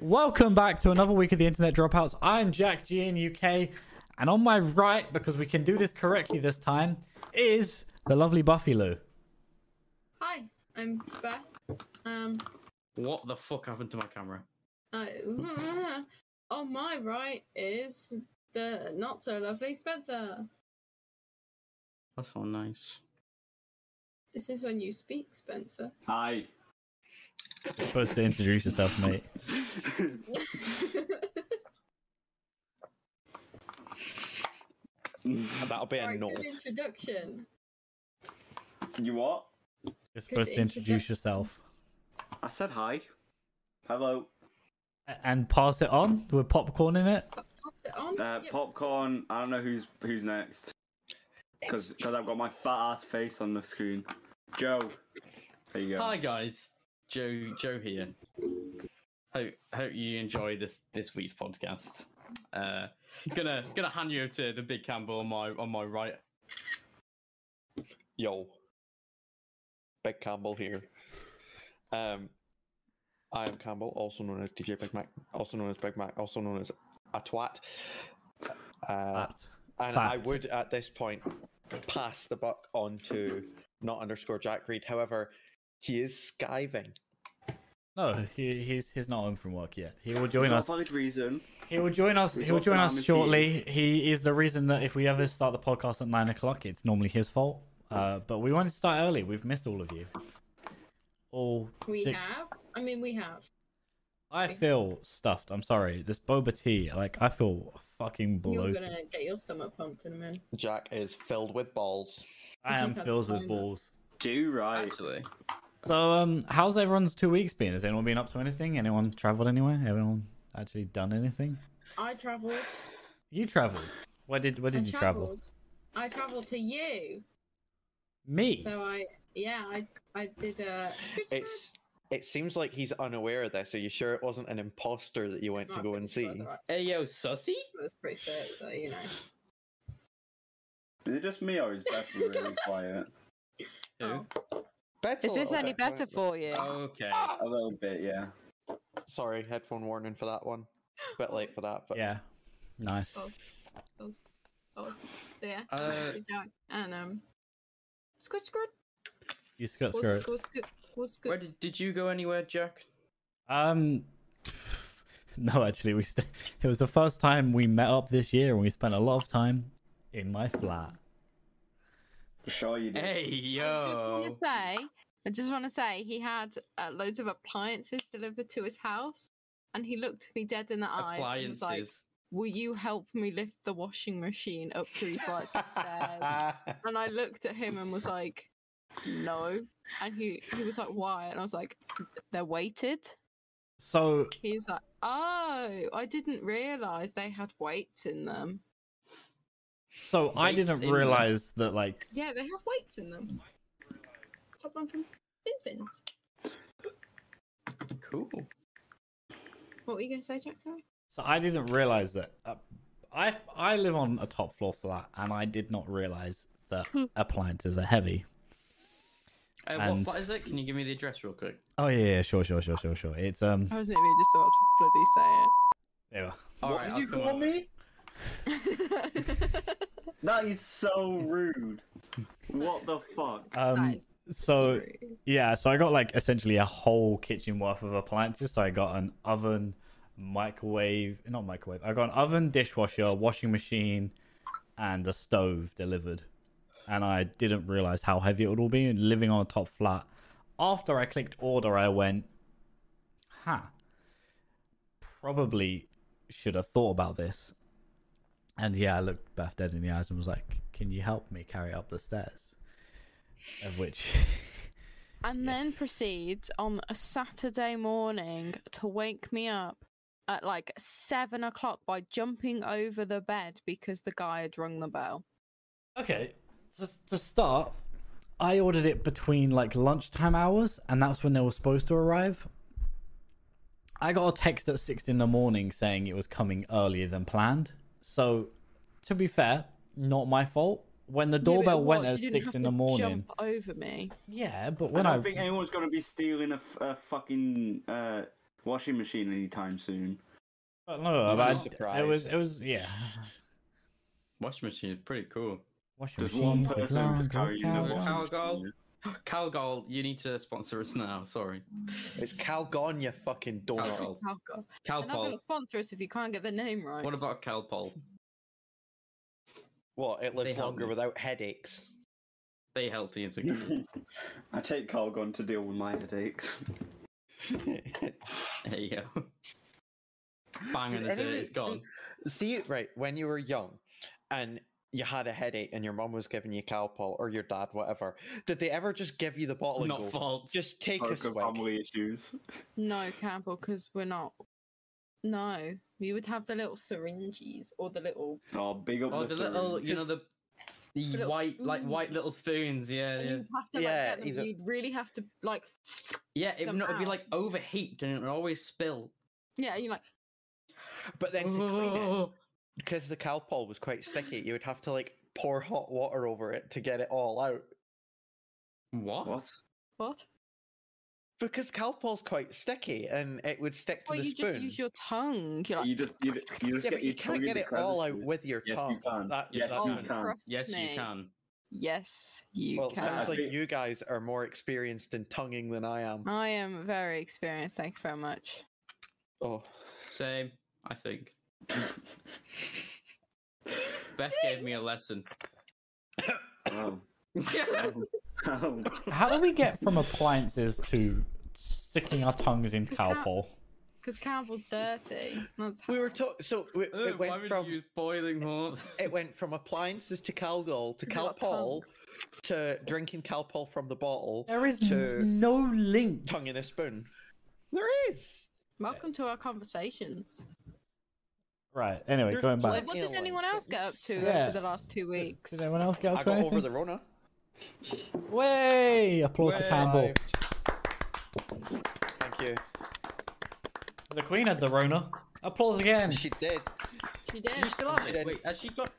Welcome back to another week of the Internet Dropouts. I'm Jack G in UK, and on my right, because we can do this correctly this time, is the lovely Buffy Lou. Hi, I'm Beth. Um, What the fuck happened to my camera? I, on my right is the not so lovely Spencer. That's not nice. This is when you speak, Spencer. Hi. Supposed to introduce yourself, mate. That'll be a Right, no. good introduction. You what? You're supposed to introduce yourself I said hi. Hello. A- and pass it on with popcorn in it. Pass it on. Uh, Yep. popcorn. I don't know who's who's next. Because I've got my fat ass face on the screen. Joe. There you go. Hi guys, Joe Joe here. Hope hope you enjoy this this week's podcast. Uh, gonna gonna hand you to the big Campbell on my on my right. Yo. Big Campbell here. Um, I am Campbell, also known as DJ Big Mac, also known as Big Mac, also known as a twat. Uh, That. and I fact. would at this point pass the buck on to not underscore Jack Reed. However, he is skiving. No, he, he's he's not home from work yet. He will There's join no us. valid reason. He will join us. We've He will got join Sam us and shortly. He is the reason that if we ever start the podcast at nine o'clock, it's normally his fault. Uh, but we wanted to start early. We've missed all of you. All We six- have. I mean, we have. I feel stuffed. I'm sorry. This boba tea, like I feel fucking You're bloated. gonna get your stomach pumped in a minute. Jack is filled with balls. I am You've got filled so with much. balls. Do right. Actually, So, um, how's everyone's two weeks been? Has anyone been up to anything? Anyone traveled anywhere? Anyone actually done anything? I travelled. You traveled. Where did Where I did you travel? travelled. I travelled to you. Me. So uh, I, yeah, I, I did a. It's. It seems like he's unaware of this. Are you sure it wasn't an imposter that you went to go and see? hey yo, sussy. That's pretty fair, so you know. Is it just me or is Beth really quiet? Who? Oh, Oh. Bet's a Is this little any bit quiet, better but- for you? Okay. Oh, A little bit, yeah. Sorry, headphone warning for that one. Bit late for that, but Yeah. Nice. Oh. Those, Oh, those, yeah. Uh, Good job. And um, squid squid. You skirt What's skirt. good? What's good? What's where good? did did you go anywhere, Jack? Um, no, actually, we st- it was the first time we met up this year, and we spent a lot of time in my flat. For sure you did. Hey I just want yo. to say, I just want to say, he had uh, loads of appliances delivered to his house, and he looked me dead in the eyes and was like, Appliances. "Will you help me lift the washing machine up three flights of stairs?" and I looked at him and was like, "No," and he he was like, "Why?" and I was like, "They're weighted." So He was like, "Oh, I didn't realize they had weights in them." So I Weights didn't in them. realize that like Yeah, they have weights in them. Top one from Spin Spins. Cool. What were you gonna say, Jack? Sorry. so I didn't realize that uh, I I live on a top floor flat and I did not realize that appliances are heavy. Uh, And- What flat is it? Can you give me the address real quick? Oh yeah, yeah, sure, sure, sure, sure, sure. It's um I was literally just about to yeah. All what right, did I'll you come call over. me? bloody say it. That is so rude. What the fuck? um is so Sorry. yeah, so I got like essentially a whole kitchen worth of appliances. So I got an oven, microwave, not microwave. I got an oven, dishwasher, washing machine, and a stove delivered. And I didn't realize how heavy it would all be. And living on a top flat, after I clicked order, I went, "Huh, probably should have thought about this." And yeah, I looked Beth dead in the eyes and was like, "Can you help me carry up the stairs?" Of which. and then proceeds on a Saturday morning to wake me up at like seven o'clock by jumping over the bed because the guy had rung the bell. Okay, to, to start, I ordered it between like lunchtime hours, and that's when they were supposed to arrive. I got a text at six in the morning saying it was coming earlier than planned. So, to be fair, not my fault. When the Yeah, but it doorbell went was, at you didn't six have in the to morning, jump over me. yeah, but I when don't I, think anyone's gonna be stealing a, f- a fucking uh, Washing machine anytime soon. But no, about it surprised. was it was yeah. Washing machine is pretty cool. Washing There's one machines with person who's lines carrying of the Calgon. carbon. washing machine. Calgol, you need to sponsor us now. Sorry. It's Calgon, you fucking donut. Calgol. Oh, God. They're not going Calpol. to sponsor us if you can't get the name right. What about Calpol? What? It They lives help longer me. without headaches. They helped the insecurity. I take Calgon to deal with my headaches. there you go. Bang in Did the dirt, anybody it's gone. See, right, when you were young and you had a headache and your mum was giving you Calpol or your dad, whatever, did they ever just give you the bottle Not and go, fault. just take a Because swig? of family issues. No, Campbell, because we're not. No, you would have the little syringes or the little. Oh, big up oh, the the, little, syringe. you know, the, the little white, like white little spoons. Yeah, and yeah. You'd have to like Yeah, get them. either- You'd really have to like. Yeah, it would them not it'd be out. like overheat and it would always spill. Yeah, you like. But then to clean it, because the Calpol was quite sticky, you would have to like pour hot water over it to get it all out. What? What? What? Because Calpol's quite sticky and it would stick Well, to the you spoon. just use your tongue. You're like. You just, you, you just yeah, get your but you tongue can't in get the it all out crevices. with your Yes, you tongue. can. That- Yes, that- you oh, can. trust Yes, me. you can. Yes, you Well, it can. sounds like Actually- you guys are more experienced in tonguing than I am. I am very experienced. Thank you very much. Oh, Same, I think. Beth gave me a lesson. Oh. Oh. How do we get from appliances to sticking our tongues in Because that- cowpole? Because Campbell's dirty. That's how... we were talking. So we- it, Ugh, why went would from you use boiling water? it went from appliances to Calgol to Is it like Calpol tongue? to drinking Calpol from the bottle, There is to- no link. tongue in a spoon. There is. Welcome to our conversations. Right. Anyway, There's going back. plenty- What Any did other anyone ones? else get up to Yeah. over the last two weeks? Did anyone else get I up to got over anything? the Rona. Way! Applause for Campbell. Arrived. Thank you. The Queen had the Rona. Applause again. She did. She did. you still have Then- it? Wait, has she got?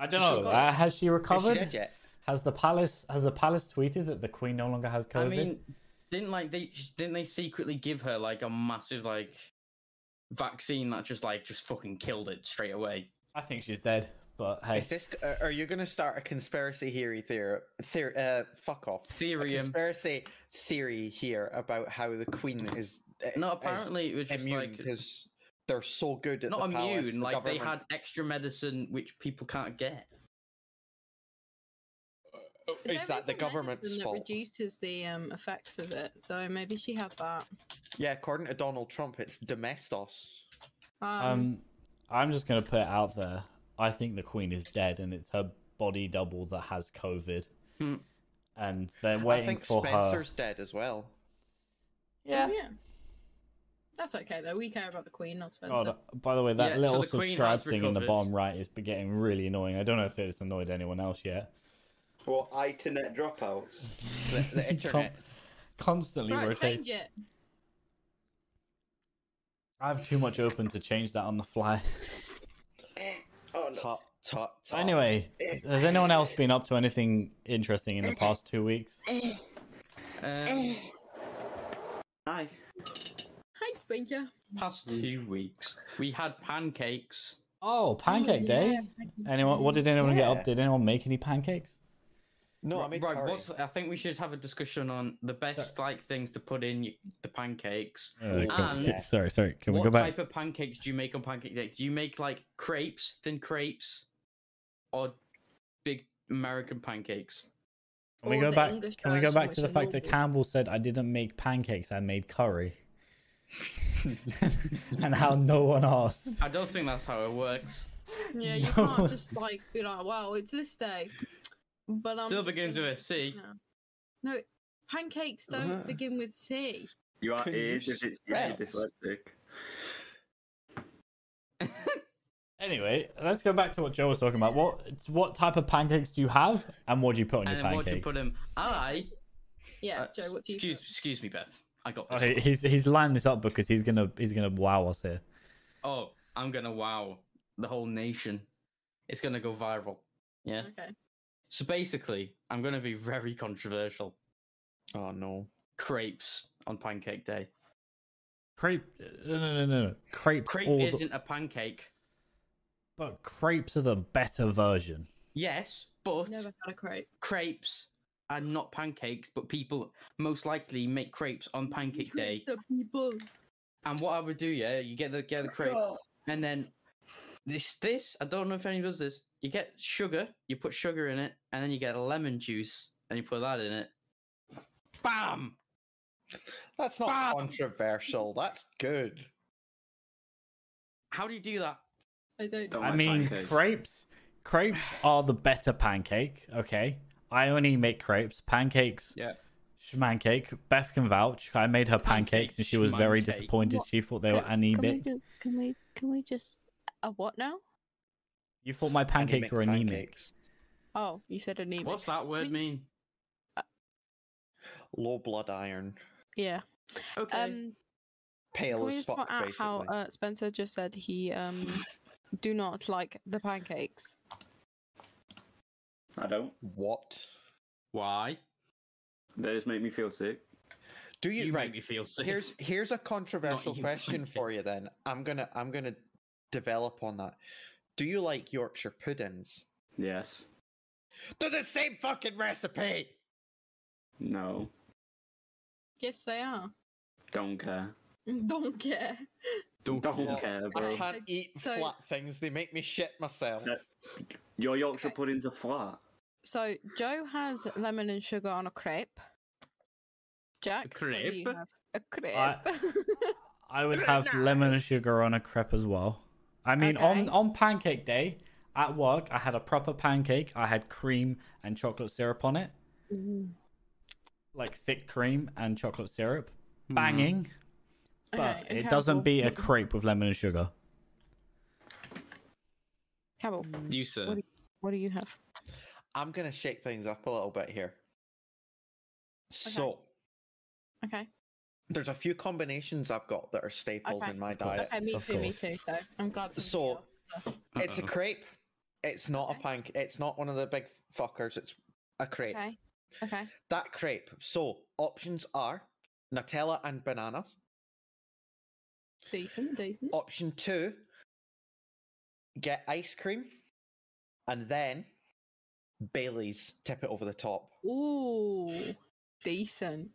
I don't know. got- Uh, has she She recovered? did yet. Has the palace has the palace tweeted that the Queen no longer has COVID? I mean, didn't like they sh- didn't they secretly give her like a massive like vaccine that just like just fucking killed it straight away? I think she's dead. But hey, Is this? Uh, are you going to start a conspiracy theory? Theory? theory uh, fuck off. A Therium. conspiracy theory here about how the queen is uh, no, is apparently it was just immune like because they're so good at not the palace, immune. the like they had government- extra medicine which people can't get. But Oh, Is there that the a medicine government's that fault? reduces the um, effects of it? So maybe she had that. Yeah, according to Donald Trump, it's domestos. Um, um, I'm just gonna put it out there. I think the Queen is dead, and it's her body double that has COVID, Hmm. and they're I waiting think for Spencer's dead as well. yeah. That's okay though. We care about the Queen, not her. Spencer. God, by the way, Oh, that Yeah, so little the Queen subscribe has thing in the recovered. bottom right is getting really annoying. I don't know if it's annoyed anyone else yet. Well, internet dropouts. The, the internet. Constantly right, rotating. change it. I have too much open to change that on the fly. Tut, tut, tut. Anyway, has anyone else been up to anything interesting Eh. in the past two weeks? Um, Eh. Hi. Hi, Spencer. past two weeks, we had pancakes. Oh, pancake day. Anyone? What did anyone get Yeah. up? Did anyone make any pancakes? No, I Right, mean, right, curry. what's, I think we should have a discussion on the best like things to put in y- the pancakes. Uh, can- And- can- sorry, sorry. Can we Um, what go back? type of pancakes do you make on pancake day? Do you make like crepes, thin crepes, or big American pancakes? Can we Or go the back? English Can we go version, back which to the is fact that normal. Campbell said I didn't make pancakes. I made curry. and how no one asked. I don't think that's how it works. Yeah, you No. can't just like be like, "Wow, it's this day." But um, I'm Still just begins gonna with a do C. it now. No, pancakes don't Uh-huh. begin with C. You are Can you ages. It's you're spell? dyslexic. Anyway, let's go back to what Joe was talking about. What what type of pancakes do you have, and what do you put on and your then pancakes? what do you put in? I. Yeah, uh, Joe. What do you? excuse, put? excuse me, Beth. I got Oh, this. he- one. he's he's lining this up because he's gonna he's gonna wow us here. Oh, I'm gonna wow the whole nation. It's gonna go viral. Yeah. Okay. So basically, I'm gonna be very controversial. Oh no. Crepes on Pancake Day. crepe. No, no, no, no. Crepes. Crepe all the- isn't a pancake. But crepes are the better version. Yes, but Never had a crepe. crepes are not pancakes, but people most likely make crepes on Pancake Day. people. And what I would do, yeah, you get the get the crepe, and then this this I don't know if anyone does this. You get sugar, you put sugar in it, and then you get lemon juice, and you put that in it. Bam! That's not Bam! controversial. That's good. How do you do that? I don't Don't know. I like mean, pancakes. crepes. Crepes are the better pancake. Okay, I only make crepes. Pancakes. Yeah. Schmancake. Beth can vouch. I made her pancakes, and she was very Schmancake. disappointed. What? She thought they were Can- Can we anemic. just can we can we just a what now? You thought my pancakes Anemic were anemic. pancakes. Oh, you said anemic. What's that word mean? Low blood iron. Yeah. Okay. Um, Pale can we as just fuck, point out basically. how uh, Spencer just said he um do not like the pancakes? I don't. What? Why? They just make me feel sick. Do You, you, make right? me feel sick. Here's here's a controversial even question for you. Then I'm gonna I'm gonna develop on that. Do you like Yorkshire puddings? Yes. They're the same fucking recipe. No. Yes, they are. Don't care. Don't care. Don't, care. care, I bro. Okay. can't So- eat so- flat things. They make me shit myself. Yeah. Your Yorkshire Okay. puddings are flat. So Joe has lemon and sugar on a crepe. Jack, what do you crepe? have? a crepe. I would have lemon and sugar on a crepe as well. I mean, on Okay. on pancake day at work, I had a proper pancake. I had cream and chocolate syrup on it, Mm. like thick cream and chocolate syrup, Hmm. banging. But Okay, and it doesn't Campbell. beat a crepe with lemon and sugar. Campbell, You sir. what do you have? I'm gonna shake things up a little bit here. So Okay. there's a few combinations I've got that are staples Okay. in my Of course. diet. Okay, me Of too, me course. too. So I'm glad. somebody So- else- It's a Uh-oh. crepe. It's not a pancake. It's not one of the big fuckers. It's a crepe. Okay. Okay. That crepe. So options are Nutella and bananas. Decent, decent. Option two, get ice cream, and then Bailey's. Tip it over the top. Ooh, decent.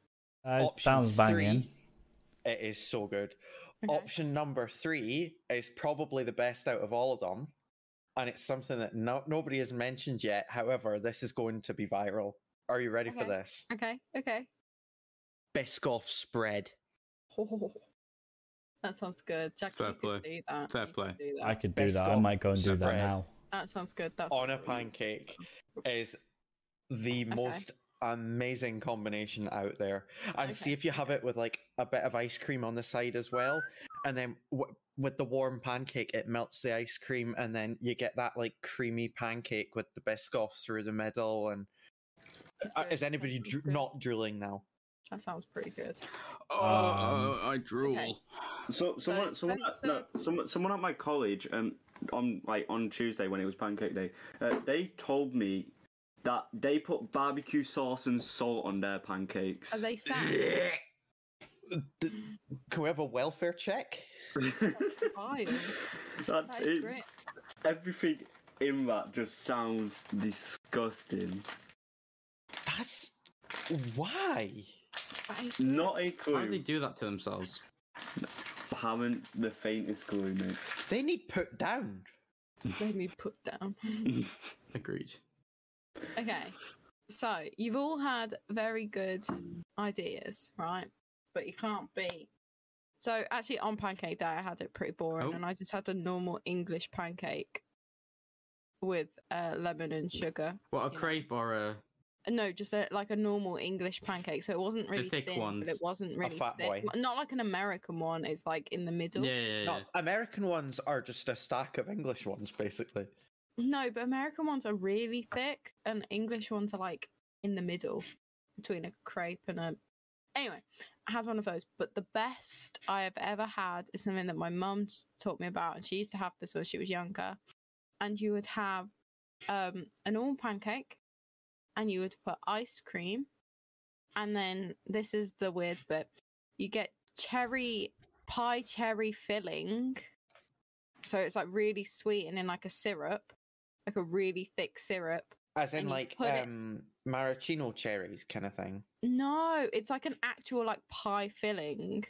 Uh, it Option sounds banging. three- It is so good. Okay. Option number three is probably the best out of all of them, and it's something that no- nobody has mentioned yet. However, this is going to be viral. Are you ready for Okay. this? Okay. Okay. Biscoff spread. Oh, that sounds good. Jack, Fair you play. could do that. Fair You could play. do that. I could do that. I Biscoff might go and do that spread. now. That sounds good. That's On a good. pancake. is the most amazing combination out there. And Okay. see if you have it with like a bit of ice cream on the side as well, and then w- with the warm pancake, it melts the ice cream, and then you get that like creamy pancake with the biscoff through the middle. And Uh, Okay, is that anybody sounds dru- good. not drooling now? That sounds pretty good. Oh, I drool. So someone, someone, Spencer- no, someone, someone at my college, um, on like on Tuesday when it was Pancake Day, uh, they told me that they put barbecue sauce and salt on their pancakes. Are they sad? Th- Can we have a welfare check? Wild. That- That is it- great. everything in that just sounds disgusting. That's why. That is great. Not a How do oh, they clue. do that to themselves? Haven't the faintest clue, mate. They need put down. Let me put down. Agreed. Okay. So you've all had very good ideas, right? But you can't beat. So actually, on Pancake Day, I had it pretty boring, Oh. and I just had a normal English pancake with uh, lemon and sugar. What a Yeah. crepe or a Uh, No, just a, like a normal English pancake. So it wasn't really thick thin, but it ones. wasn't really fat thick. boy. Not like an American one. It's like in the middle. yeah, yeah, yeah. No, American ones are just a stack of English ones, basically. No, but American ones are really thick, and English ones are like in the middle between a crepe and a. Anyway, I had one of those, but the best I have ever had is something that my mum s- taught me about, and she used to have this when she was younger. And you would have um, a normal pancake, and you would put ice cream, and then this is the weird bit: you get cherry pie cherry filling. So it's like really sweet and in like a syrup, like a really thick syrup. As and in you like put it- um maraschino cherries kind of thing. No, it's like an actual like pie filling,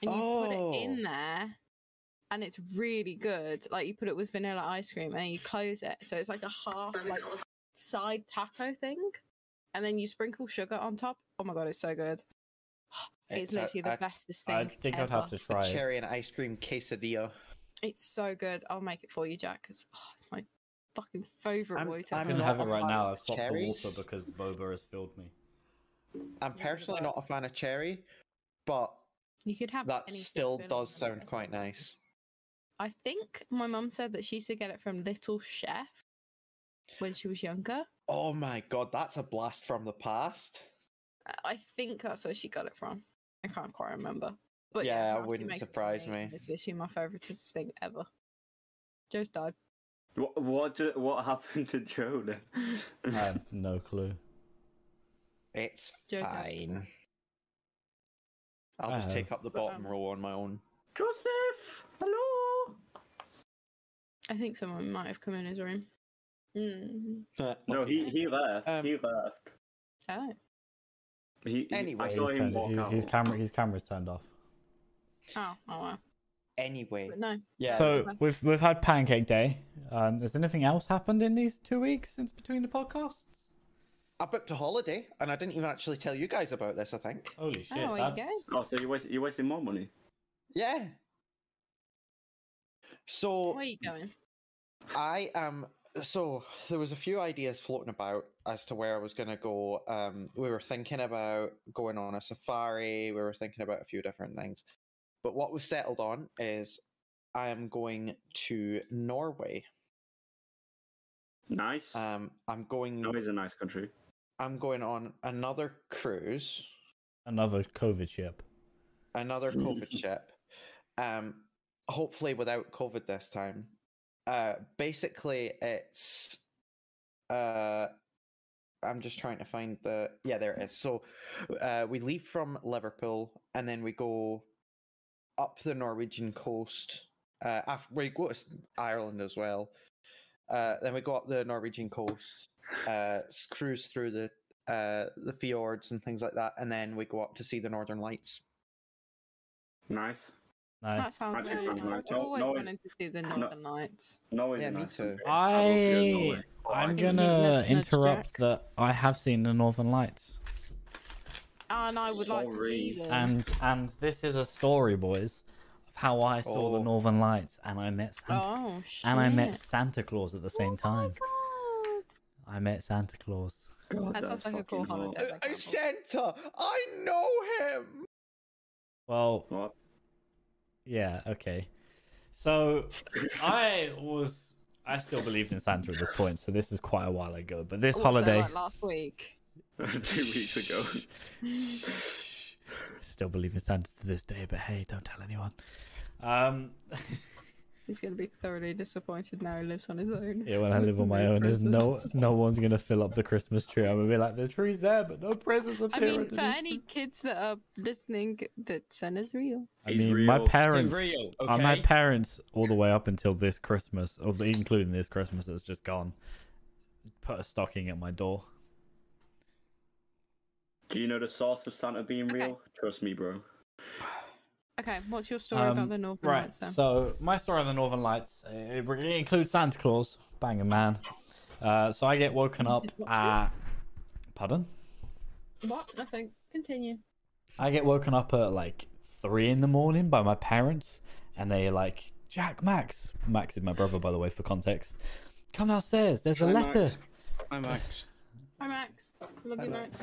and you put it in Oh. there, and it's really good. Like you put it with vanilla ice cream, and you close it, so it's like a half like side taco thing, and then you sprinkle sugar on top. Oh my god, it's so good! It's, a- literally the a bestest thing. I think I'd ever. have to try it. cherry and ice cream quesadilla. It's so good. I'll make it for you, Jack. It's, oh, it's my fucking favorite I'm- water. I I'm can not have a it right fan now. of I've stopped the cherries. water because boba has filled me. I'm Yeah, personally not a that's- fan of cherry, but you could have that anything still filling does on sound it. quite nice. I think my mum said that she used to get it from Little Chef when she was younger. Oh my god, that's a blast from the past. I- I think that's where she got it from. I can't quite remember. But Yeah, it now she wouldn't makes it for surprise me. and It's literally my favourite thing ever. Joe's died. What what, do- what happened to Joe then? I have no clue. It's Joe died. fine. I'll just Oh. take up the But, bottom um, row on my own. Joseph, hello. I think someone might have come in his room. Mm. No, he he left. Um, he left. Oh. He, he, Anyway, I saw He's him turned, walk his, out. his camera, his camera's turned off. Oh, oh wow. Anyway, But no. yeah. so that's- we've we've had Pancake Day. Um, has anything else happened in these two weeks since between the podcasts? I booked a holiday, and I didn't even actually tell you guys about this. I think. Holy shit! there you that's... go. Oh, so you're wasting, you're wasting more money. Yeah. So Where are you going? I am. So there was a few ideas floating about as to where I was going to go. Um, we were thinking about going on a safari. We were thinking about a few different things, but what we've settled on is I am going to Norway. Nice. Um, I'm going. Norway's a nice country. I'm going on another cruise, Another COVID ship. another COVID ship. Um, hopefully without COVID this time. Uh, basically, it's. Uh, I'm just trying to find the yeah there it is. So, uh, we leave from Liverpool and then we go up the Norwegian coast. Uh, after we go to s- Ireland as well. Uh, then we go up the Norwegian coast, uh, s- cruise through the uh, the fjords and things like that, and then we go up to see the Northern Lights. Nice. That Nice. sounds Actually, really sounds nice. nice. I've No- always no, wanted to see the no. Northern Lights. Norway's Yeah, a me nice too. country. I- Travel via Norway. Oh, I'm think you need gonna nudge, nudge, Jack. interrupt that. I have seen the Northern Lights, And I would like to see Sorry. them. and and this is a story, boys, of how I saw Oh. the Northern Lights and I met Santa, oh, shit. and I met Santa Claus at the same time. Oh my god. I met Santa Claus. God, That sounds that's like a cool fucking hot. holiday. that sounds- Santa, I know him. Well, What? Yeah, okay. So I was I still believed in Santa at this point, so this is quite a while ago. But this What, Oh, so, holiday like, last week. Two weeks ago. still believe in Santa to this day, but hey, don't tell anyone. Um He's going to be thoroughly disappointed now he lives on his own. yeah, when I With live on some my real own, there's no presents. no one's gonna fill up the Christmas tree. I'm gonna be like, the tree's there, but no presents I appear. mean, for any kids that are listening, that Santa's real. I He's mean my real. He's parents real, uh, my okay? parents all the way up until this Christmas, or the- including this Christmas that's just gone, put a stocking at my door. Do you know the source of Santa being Okay. real? Trust me, bro. Okay, what's your story Um, about the Northern right, Lights? then? so my story on the Northern Lights uh, it includes Santa Claus, bang a man. Uh, so I get woken up What? at pardon, What? Nothing. Continue. I get woken up at like three in the morning by my parents, and they're like, "Jack, Max, Max is my brother, by the way, for context. Come downstairs. There's a Hi, Max. letter." I'm Max. Hi, Max. Love you, Max.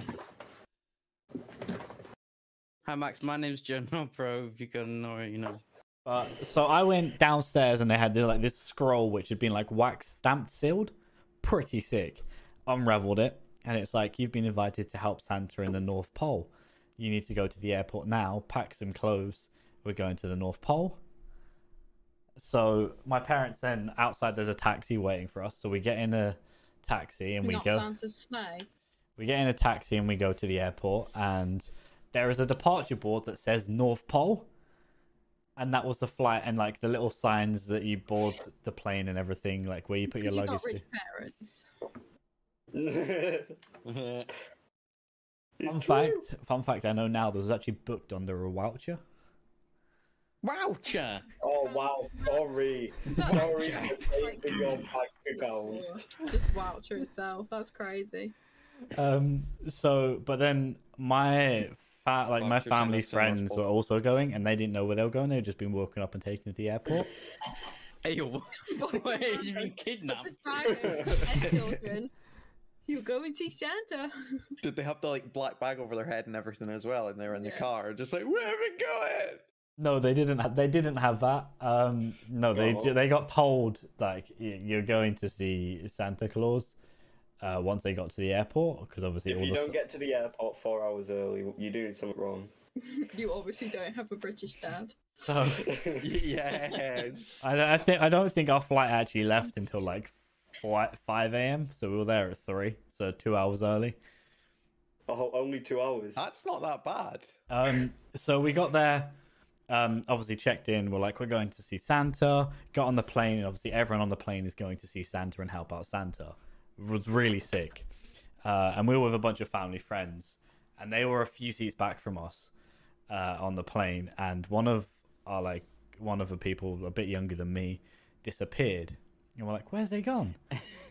Hi, Max. My name's John. No, bro. If you can know, you know. But so I went downstairs and they had this, like this scroll which had been like wax stamped sealed, pretty sick. Unraveled it and it's like you've been invited to help Santa in the North Pole. You need to go to the airport now, pack some clothes. We're going to the North Pole. So my parents then outside there's a taxi waiting for us. So we get in a taxi and we Not go Santa's sleigh. we get in a taxi and we go to the airport and there is a departure board that says North Pole and that was the flight and like the little signs that you board the plane and everything, like where you put your Because you luggage. got rich to. parents. It's Fun true. fact, fun fact, I know now that was actually booked under a voucher. Woucher! Oh wow, sorry. Is that- Sorry for saving your Or practical. Just voucher itself. That's crazy. Um, so, but then my fa- like my Vouchers sound family's so much friends more- were also going, and they didn't know where they were going. They'd just been walking up and taken to the airport. Hey, yo, wait, you've been kidnapped. Just bargain and children. You go and see Santa. Did they have the like black bag over their head and everything as well? And they were in the Yeah. car, just like, where are we going? No, they didn't. Ha- they didn't have that. Um, no, they Oh. they got told like y- you're going to see Santa Claus. Uh, once they got to the airport, because obviously If all you the don't get to the airport four hours early, you're doing something wrong. You obviously don't have a British dad. so Oh, yes. I, I think I don't think our flight actually left until like five five a.m. So we were there at three, so two hours early. Oh, only two hours. That's not that bad. Um, so we got there. Um, obviously checked in. We're like, we're going to see Santa. Got on the plane, and obviously everyone on the plane is going to see Santa and help out Santa. Was really sick. Uh, and we were with a bunch of family friends, and they were a few seats back from us uh, on the plane. And one of our like one of the people a bit younger than me disappeared, and we're like, where's they gone?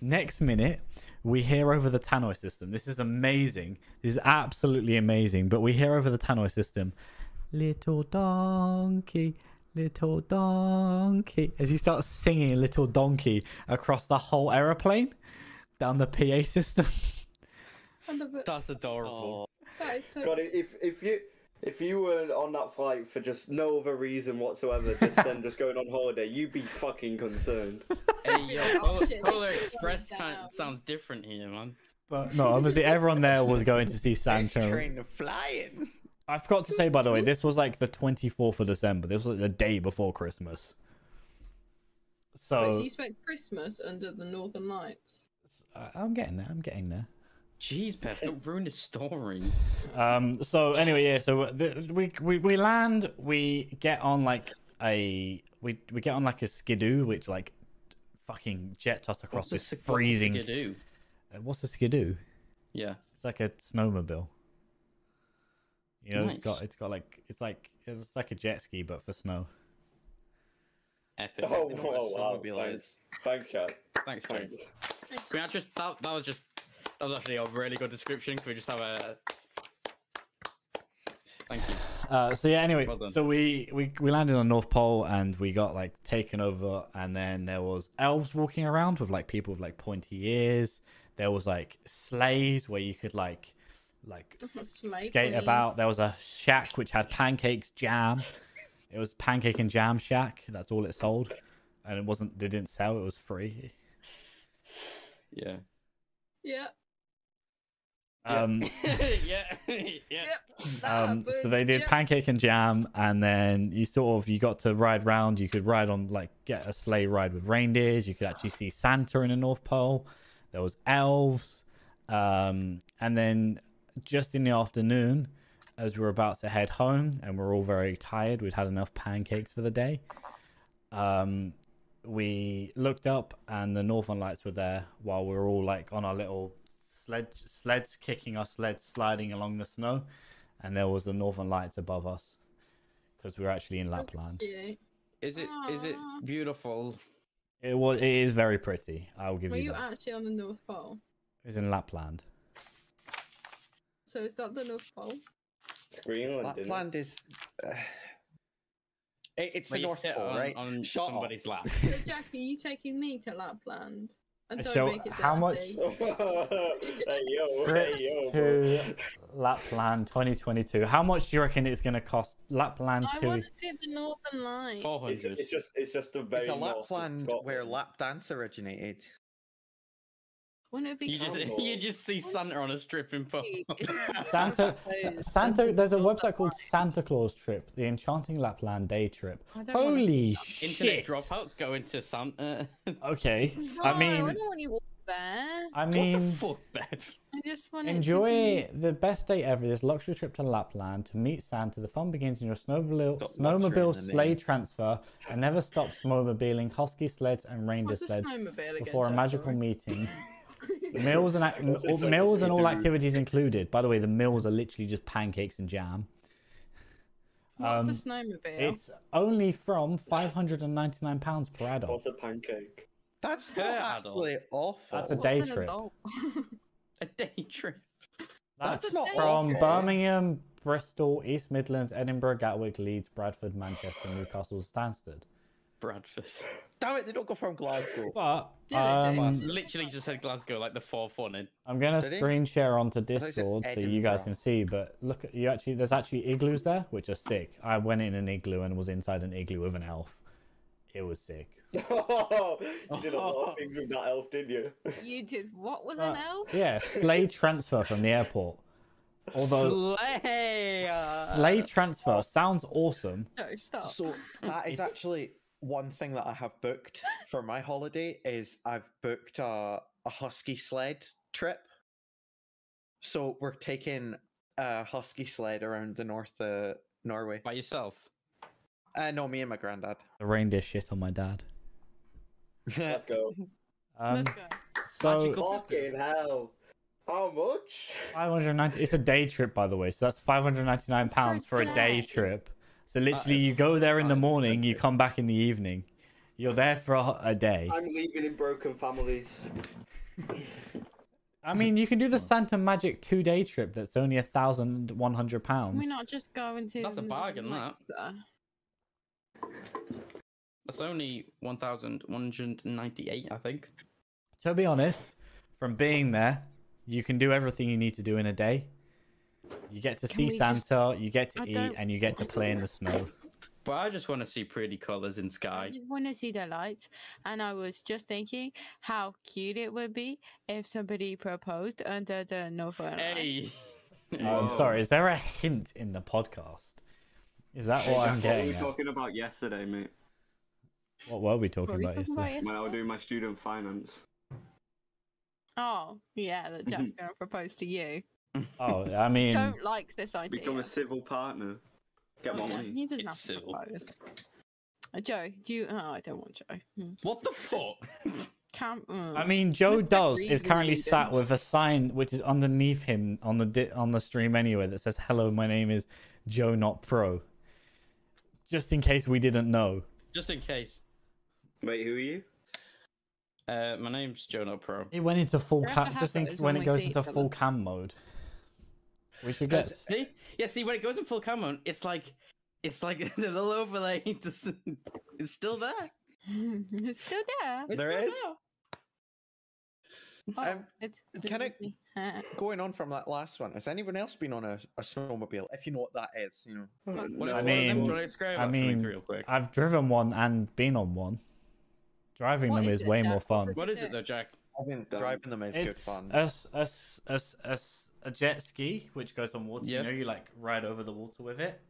Next minute, we hear over the tannoy system. This is amazing. This is absolutely amazing. But we hear over the tannoy system, little donkey, little donkey, as he starts singing little donkey across the whole aeroplane down the PA system. I love it. That's adorable. That is so. God, if if you if you were on that flight for just no other reason whatsoever, just them just going on holiday, you'd be fucking concerned. Hey, yo, Oh, Polar- shit, Polar that's Express going kind down. sounds different here, man. But no, obviously everyone there was going to see This Santa. train flying. I forgot to say by the way, this was like the twenty fourth of December. This was like the day before Christmas. Wait, so So you spent Christmas under the Northern Lights. I- I'm getting there. I'm getting there. Jeez, Beth, don't ruin the story. Um. So anyway, yeah. So the, we we we land. We get on like a we we get on like a skidoo, which like fucking jets us across What's this a- what's a freezing. skidoo? Uh, What's a skidoo? Yeah. It's like a snowmobile. You know, Nice. it's got it's got like it's like it's like a jet ski but for snow. Epic. Oh, They know what a oh, wow, snowmobile thanks. is. Thanks, Chad. Thanks, James. Thanks. Can we have just that, that was just that was actually a really good description. Can we just have a thank you? Uh, so yeah. Anyway, Well done. so we, we we landed on North Pole and we got like taken over, and then there was elves walking around with like people with like pointy ears. There was like sleighs where you could like like That's a s- sleigh skate queen. about. There was a shack which had pancakes, jam. It was pancake and jam shack. That's all it sold, and it wasn't. They didn't sell. It was free. Yeah. Yeah. Um, yeah. yeah. um, so they did Yeah. pancake and jam and then you sort of you got to ride round you could ride on like get a sleigh ride with reindeers you could actually see santa in the north pole there was elves um, and then just in the afternoon as we were about to head home and we're all very tired we'd had enough pancakes for the day um, we looked up and the northern lights were there while we were all like on our little sleds sleds kicking our sleds sliding along the snow and there was the northern lights above us because we were actually in lapland Yeah. Is it is it Aw. beautiful? it was it is very pretty i will give Were you you that actually on the North Pole? it was in lapland So is that the North Pole? Greenland. isn't it? Lapland is. Uh, it- it's Where the you North sit Pole, on, right? on Shut up. somebody's lap. So Jack, are you taking me to Lapland? And don't So, make it dirty. how much- hey yo, hey trips yo. bro. to lapland 2022 how much do you reckon it's going to cost lapland I 2 want to see the Northern Light. Four It's, hundred. it's just it's just a very It's a north of Lapland where Scotland. lap dance originated. Wouldn't it be You just Campbell. you just see Santa on a stripping pole. Santa, Those Santa, there's a Northern website called Lights. Santa Claus Trip, the Enchanting Lapland Day Trip. I don't wanna see Holy that. shit! Internet dropouts go into Santa. Okay, No, I I mean, don't want you there. I what mean, the fuck, Bev? I just want enjoy the best day ever. This luxury trip to Lapland to meet Santa. The fun begins in your snowmobile, It's got luxury in snowmobile the name. sleigh transfer and never stop snowmobiling, husky sleds, and reindeer What's a sleds snowmobile again? before a Jack, magical sorry? meeting. meals and ac- That's all, exactly meals and what all you do. activities included. By the way, the meals are literally just pancakes and jam. What's a Um, snowmobile? It's only from five hundred and ninety nine pounds per adult. What's a pancake? That's Yeah, not I don't- actually awful. That's a What's day an trip. adult? A day trip. That's That's not from awful. Birmingham, Bristol, East Midlands, Edinburgh, Gatwick, Leeds, Bradford, Manchester, Newcastle, Stansted. Bradford. Damn it, they don't go from Glasgow. But Yeah, they do. um, Literally just said Glasgow like the fourth one in. I'm gonna Did he? screen share onto said Discord so you guys Edinburgh. can see. But look, at you actually there's actually igloos there, which are sick. I went in an igloo and was inside an igloo with an elf. It was sick. you did a lot of things with that elf, didn't you? You did what with an Uh, elf? Yeah, sleigh transfer from the airport. Although Slay! sleigh transfer sounds awesome. No, stop. So that is actually one thing that I have booked for my holiday is I've booked a, a husky sled trip. So we're taking a husky sled around the north of Norway. By yourself. Uh, no, me and my granddad. The reindeer shit on my dad. Let's go. Um, Let's go. so Magical. Fucking hell. How much? 590 it's a day trip by the way so that's 599 pounds for a day day. trip so literally is you go there in the quite morning you expensive. come back in the evening you're there for a, a day I'm leaving in broken families. i mean you can do the santa magic two day trip that's only a thousand one hundred Can we pounds not just go into That's a bargain, that. That's only 1,198, I think. to be honest from being there you can do everything you need to do in a day you get to Can see we just- santa you get to I eat don't- and you get to play in the snow But I just want to see pretty colours in I sky. just want to see the lights, and I was just thinking how cute it would be if somebody proposed under the northern lights. Hey! i'm Um, sorry is there a hint in the podcast is that what Oh, i'm Jack, what were getting we at? talking about yesterday, mate? what were we What talking were we about talking yesterday about When I was yesterday? doing my student finance. Oh, yeah, that Jack's going to propose to you. oh i mean Don't like this idea. Oh, Become a civil partner. Get my Yeah, money. He doesn't It's have to civil. propose. Uh, Joe, do you? Oh, I don't want Joe. Hmm. What the fuck? Can't. I mm. mean, Joe Mr. does is Green currently Lantern. sat with a sign which is underneath him on the di- on the stream anyway that says "Hello, my name is Joe, not Pro." Just in case we didn't know, just in case. Wait, who are you? Uh, my name's Joe Not Pro. it went into full. We're Ca- gonna just have think those when when it we goes see into each other. full cam mode, we should get. Uh, See? Yeah, see, when it goes in full camo, it's like, it's like the little overlay. Just, it's still there. it's still there. There still is? there. Oh, Um, it's can I- it's me. Uh, Going on from that last one, has anyone else been on a, a snowmobile? If you know what that is, you know. One of- I one of them, mean- do you wanna describe I that for me mean, real quick. I've driven one and been on one. Driving What them is is it, way Jack? more fun. What What is it it? though, Jack? I mean, Done. driving them is good It's fun. a, s- a s- a s- a s- a jet ski which goes on water. Yeah. You know, you like ride over the water with it.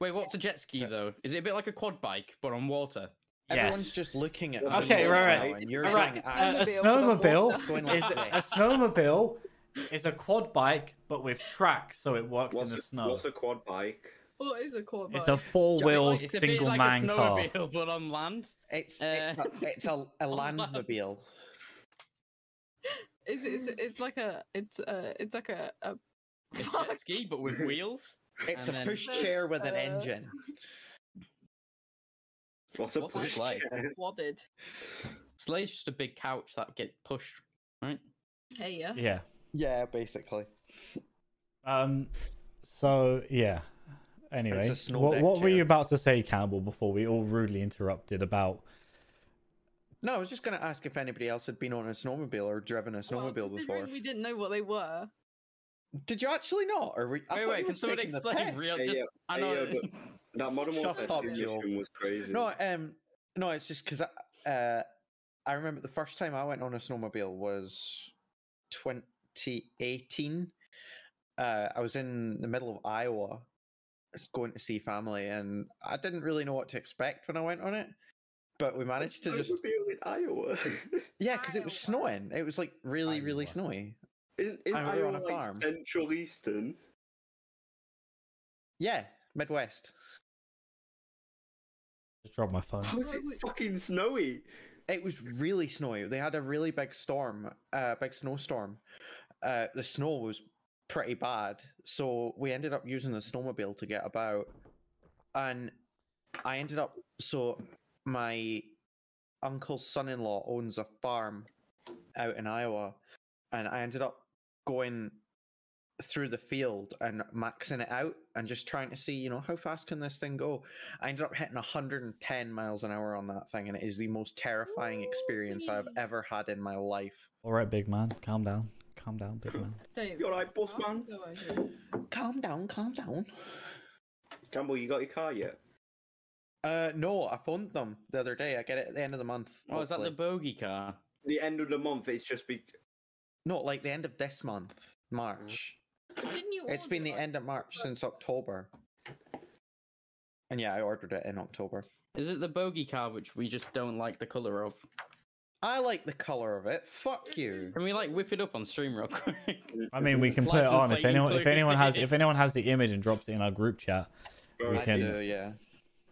Wait, what's a jet ski though? Is it a bit like a quad bike but on water? Everyone's yes. just looking at. Okay, them right, right. now, and you're All going, right, "Ah, a, a Snowmobile snowmobile it's going is like a this." snowmobile is a quad bike but with tracks so it works What's in a, the snow. what's a quad bike? Oh, what is a quarterback? It's a four-wheeled It's a bit like single-man a car. snowmobile but on land. It's Uh, it's a, it's a, a land. landmobile. It's, it's, it's like a. It's uh. It's like a. a It's fuck. jet ski but with wheels. It's And a then- push chair with an Uh, engine. What's a What's it push like? chair? wadded. Sleigh's just a big couch that get pushed, right? Hey, yeah. Yeah. Yeah, basically. Um. So yeah. Anyway, It's a snow what, deck what were chair. you about to say, Campbell? Before we all rudely interrupted about No, I was just going to ask if anybody else had been on a snowmobile or driven a Well, snowmobile considering before. We didn't know what they were. Did you actually not? Or were, I wait, thought wait, you can was someone taking the explain piss. real? Hey, Just, yeah, I hey, know. yeah, but- That modern Shut warfare up, two Joel. mission was crazy. No, um, no, it's just because I, uh, I remember the first time I went on a snowmobile was 2018. Uh, I was in the middle of Iowa, s- going to see family, and I didn't really know what to expect when I went on it. but we managed to just in Iowa. yeah, because it was Iowa. snowing. It was like really, really Iowa. snowy. Isn't, isn't And we Iowa were on a like farm. central eastern? Yeah, Midwest. Just dropped my phone. How is it fucking snowy? It was really snowy. They had a really big storm, uh, big snowstorm. Uh, the snow was pretty bad, so we ended up using the snowmobile to get about. And I ended up so my uncle's son-in-law owns a farm out in Iowa, and I ended up going through the field and maxing it out and just trying to see, you know, how fast can this thing go? I ended up hitting 110 miles an hour on that thing, and it is the most terrifying experience I've Whee! ever had in my life. All right, big man, calm down, calm down, big man. Don't You alright, boss I'll man? go over it. Calm down, calm down. Campbell, you got your car yet? Uh, no, I phoned them the other day. I get it at the end of the month. Oh, is that the hopefully. bogey car? The end of the month, it's just be. No, like the end of this month, March. Didn't Oh, you It's been order, the like- end of March since October. And yeah, I ordered it in October. Is it the bogey car which we just don't like the color of? I like the color of it. Fuck you. Can we like whip it up on stream real quick? I mean, we can put it License on if plate anyone if included anyone has in if it. anyone has the image and drops it in our group chat. We I can- do, yeah.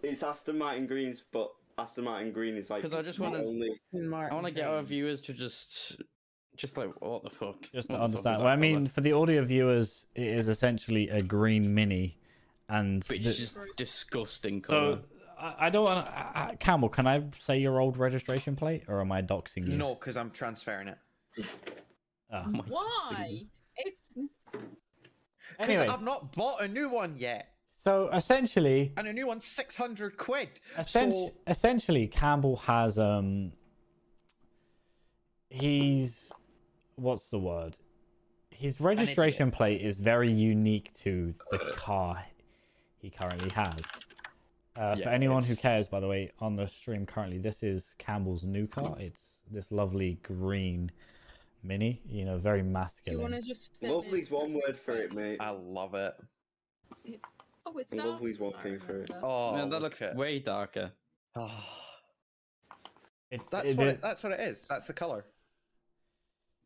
It's Aston Martin Greens, but Aston Martin Green is like. 'Cause I just the wanna- only- I want to get our viewers to just, just like what the fuck. Just to What the fuck understand. was that Well, I colour? mean, for the audio viewers, it is essentially a green mini, and which the- is just disgusting color. so I, I don't want to. Camel, can I say your old registration plate, or am I doxing you? No, because I'm transferring it. Oh Ah. Why? It's Because Anyway, I've not bought a new one yet, so essentially, and a new one's six hundred quid. Essen- So essentially, Campbell has um. He's, what's the word? His registration plate is very unique to the car he currently has. Uh, Yeah, for anyone who it's- cares, by the way, on the stream currently, this is Campbell's new car. It's this lovely green mini, you know, very do you masculine. want to just fit me Lovely's in? one word for it, mate. I love it. Oh, it's not. Lovely's one I thing for it. remember. Oh, Man, that look looks at- way darker. Ah, It- that's it- what it- it, that's what it is. That's the color.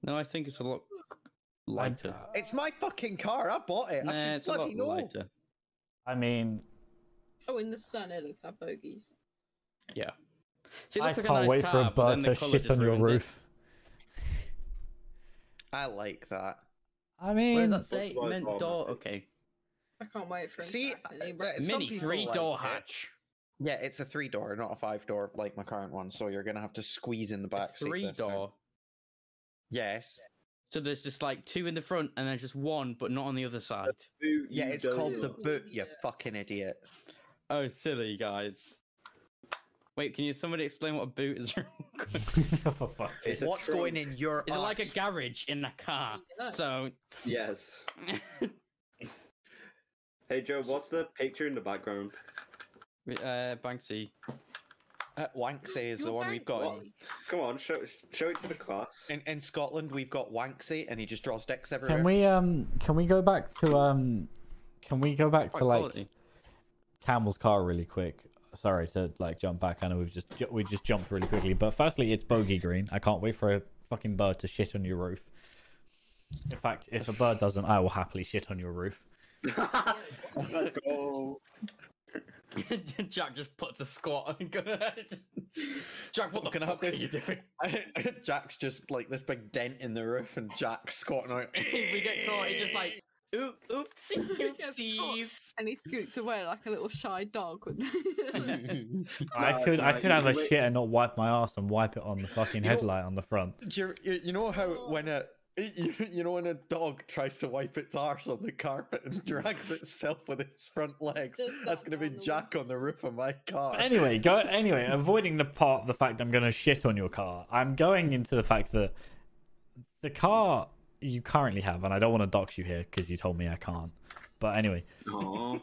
No, I think it's a lot I- lighter. It's my fucking car. I bought it. I Nah, should it's a lot bloody know. lighter. I mean, Oh, in the sun, it looks like bogies. See, it I looks can't like a nice wait for a car, but bird then to the colour shit just on your ruins it. roof. I like that. I What does mean, that say? Volkswagen Mint Golf. door. Okay. I can't wait for him See, to uh, accidentally that- break Some Mini people three like door it. hatch. Yeah, it's a three door, not a five door like my current one. So you're gonna have to squeeze in the a back. seat three this time. door. Yes. So there's just like two in the front and there's just one, but not on the other side. Who Yeah, you it's don't called know. the boot. You Yeah. fucking idiot. Oh, silly guys. Wait, can you somebody explain what a boot is? real quick? for fuck's sake. It's a What's trunk. going in your? Is it like a arse? garage in a car? Yeah. So Yes. uh, Hey Joe, what's the picture in the background? Banksy. Uh, Wanksy is the one we've got. in- Come on, show show it to the class. In, in Scotland, we've got Wanksy, and he just draws dicks everywhere. Can we um can we go back to um can we go back Quite to like quality. Campbell's car really quick? Sorry to like jump back. I know we've just ju- we just jumped really quickly, but firstly, it's bogey green. I can't wait for a fucking bird to shit on your roof. In fact, if a bird doesn't, I will happily shit on your roof. Let's go. Jack just puts a squat and just... Jack, what the Oh, Can I have fuck are this? you doing? Jack's just like this big dent in the roof, and Jack's squatting out. If we get caught, it's just like oop, oopsie, Gets caught. oopsies. And he scoots away like a little shy dog. With... I No, could I no, could you have a wait- shit and not wipe my ass and wipe it on the fucking You know- headlight on the front. Do you, you, you know how when a you, you know when a dog tries to wipe its arse on the carpet and drags itself with its front legs? Does That's that gonna be on the Jack on the roof of my car. But anyway, go anyway, avoiding the part the fact I'm gonna shit on your car. I'm going into the fact that the car you currently have, and I don't want to dox you here because you told me I can't. But anyway, Aw,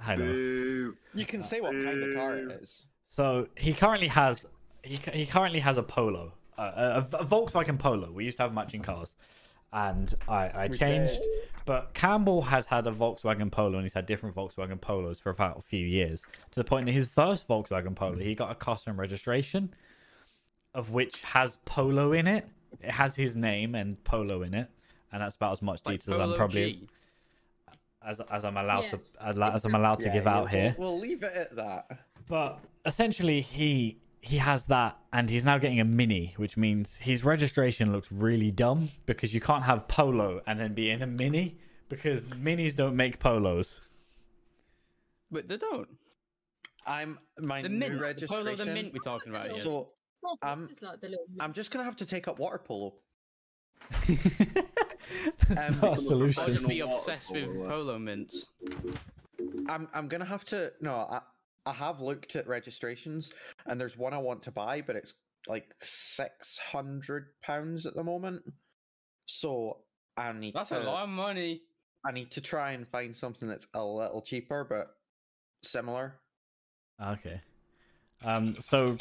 hang on. boo. You can say what kind of car it is. So he currently has he, cu- he currently has a Polo, uh, a, a Volkswagen Polo. We used to have matching cars, and I, I We changed. did. But Campbell has had a Volkswagen Polo and he's had different Volkswagen Polos for about a few years to the point that his first Volkswagen Polo, he got a custom registration of which has Polo in it. It has his name and Polo in it. And that's about as much Like detail as I'm Polo probably G. as, as I'm allowed Yes, to as, as I'm allowed to give out yeah, here. We'll, we'll leave it at that. But essentially, he he has that, and he's now getting a mini, which means his registration looks really dumb because you can't have polo and then be in a mini because minis don't make polos. Wait, they don't. I'm my The new mint, the registration. polo, the mint we're talking about. Here. So Small Um, boxes, like the little I'm just gonna have to take up water polo. That's not a I'll just solution. be obsessed with uh, Polo. polo mints. I'm I'm gonna have to no. I I have looked at registrations, and there's one I want to buy, but it's like six hundred pounds at the moment. So I need That's to, a lot of money. I need to try and find something that's a little cheaper but similar. Okay. Um. So,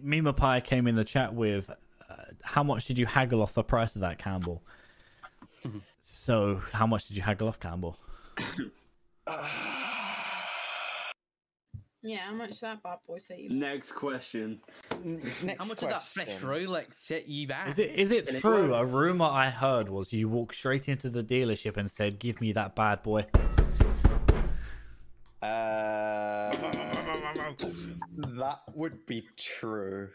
Mima Pie came in the chat with, uh, "How much did you haggle off the price of that, Campbell?" so, how much did you haggle off, Campbell? Yeah, how much that bad boy say you? Next question. N- Next How much question. did that fresh Rolex set you back? Is it is it Can it true? work? A rumor I heard was you walked straight into the dealership and said, "Give me that bad boy." Uh, that would be true.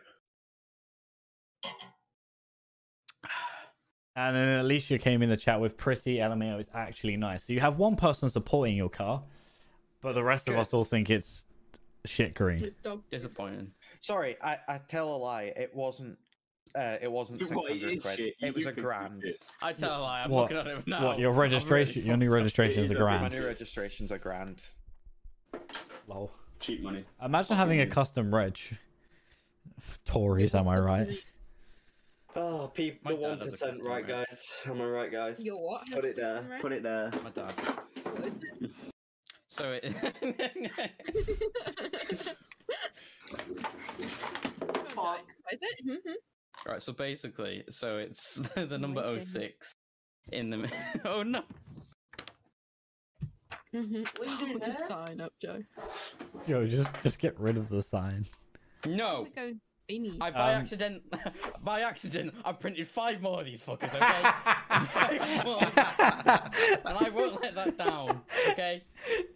And then Alicia came in the chat with, "Pretty LMAO is actually nice." So you have one person supporting your car, but the rest of Good. us all think it's shit green. Just dog. Disappointing. Sorry, I, I tell a lie. It wasn't. Uh, it wasn't six What, it hundred is quid. shit. You It was do a think it's grand. shit. I tell a lie. I'm What- looking at it now. What your I'm really registration? your new fucked up. registration is a It is a bit My grand. new registration's a grand. Lol. Cheap money. Imagine having a custom reg. Tories, am I right? Oh, peep, My the dad one has a percent, custom right, rate. guys? Am I right, guys? Your what? Put it there. Put it there. My dad. What is So it. it? What is it? Mhm. Right, so basically, so it's the number Waiting. 06 in the. oh no! Mhm. What are you doing Oh, just there? sign up, Joe. Yo, just just get rid of the sign. No! We go beanie. Oh. I by Um, accident, by accident, I printed five more of these fuckers, okay? Five more. and I won't let that down, okay?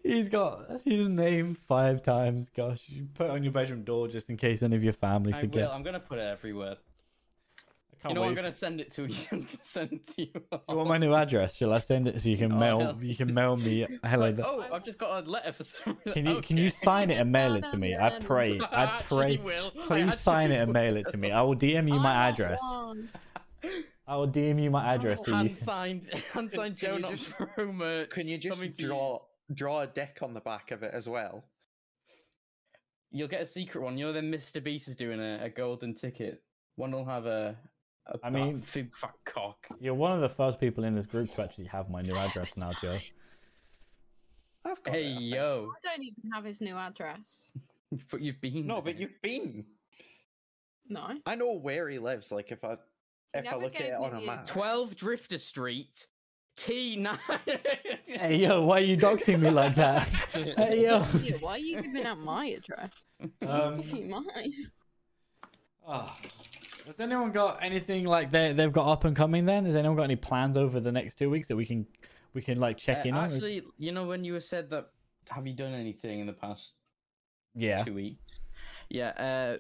He's got his name five times. Gosh, you put it on your bedroom door just in case any of your family I forget. will. I'm gonna put it everywhere. I can't you know, wait. I'm gonna send it to you. I'm gonna send it to you. You want my new address? Shall I send it so you can Oh, mail? hell. You can mail me. Hello. Like, th- oh, I've just got a letter for some Can you can you sign it and mail it to me? I pray. I pray. actually will. I Please sign actually it and mail it to me. I will DM you I my want address. one. I will DM you my address will. so you. Hand signed, hand signed can Joe uh, you Not just- Pro merch. Can you just coming to draw draw a dick on the back of it as well? You'll get a secret one. You know, then Mr. Beast is doing a, a golden ticket. One will have a. a I fat mean- big fat cock. You're one of the first people in this group to actually have my new address now, Joe. I've got Hey it, I think. yo, I don't even have his new address. but you've been. No, but there. you've been. No. I know where he lives. Like if I if I never look at gave it me on a the map. address. Twelve Drifter Street, T nine. Hey yo, why are you doxing me like that? Hey yo. Yeah, why are you giving out my address? Um, Give me mine. Oh. Has anyone got anything like they they've got up and coming? Then has anyone got any plans over the next two weeks that we can we can like check in on? Uh, actually, you know when you were said that, have you done anything in the past Yeah. two weeks? Yeah. Uh,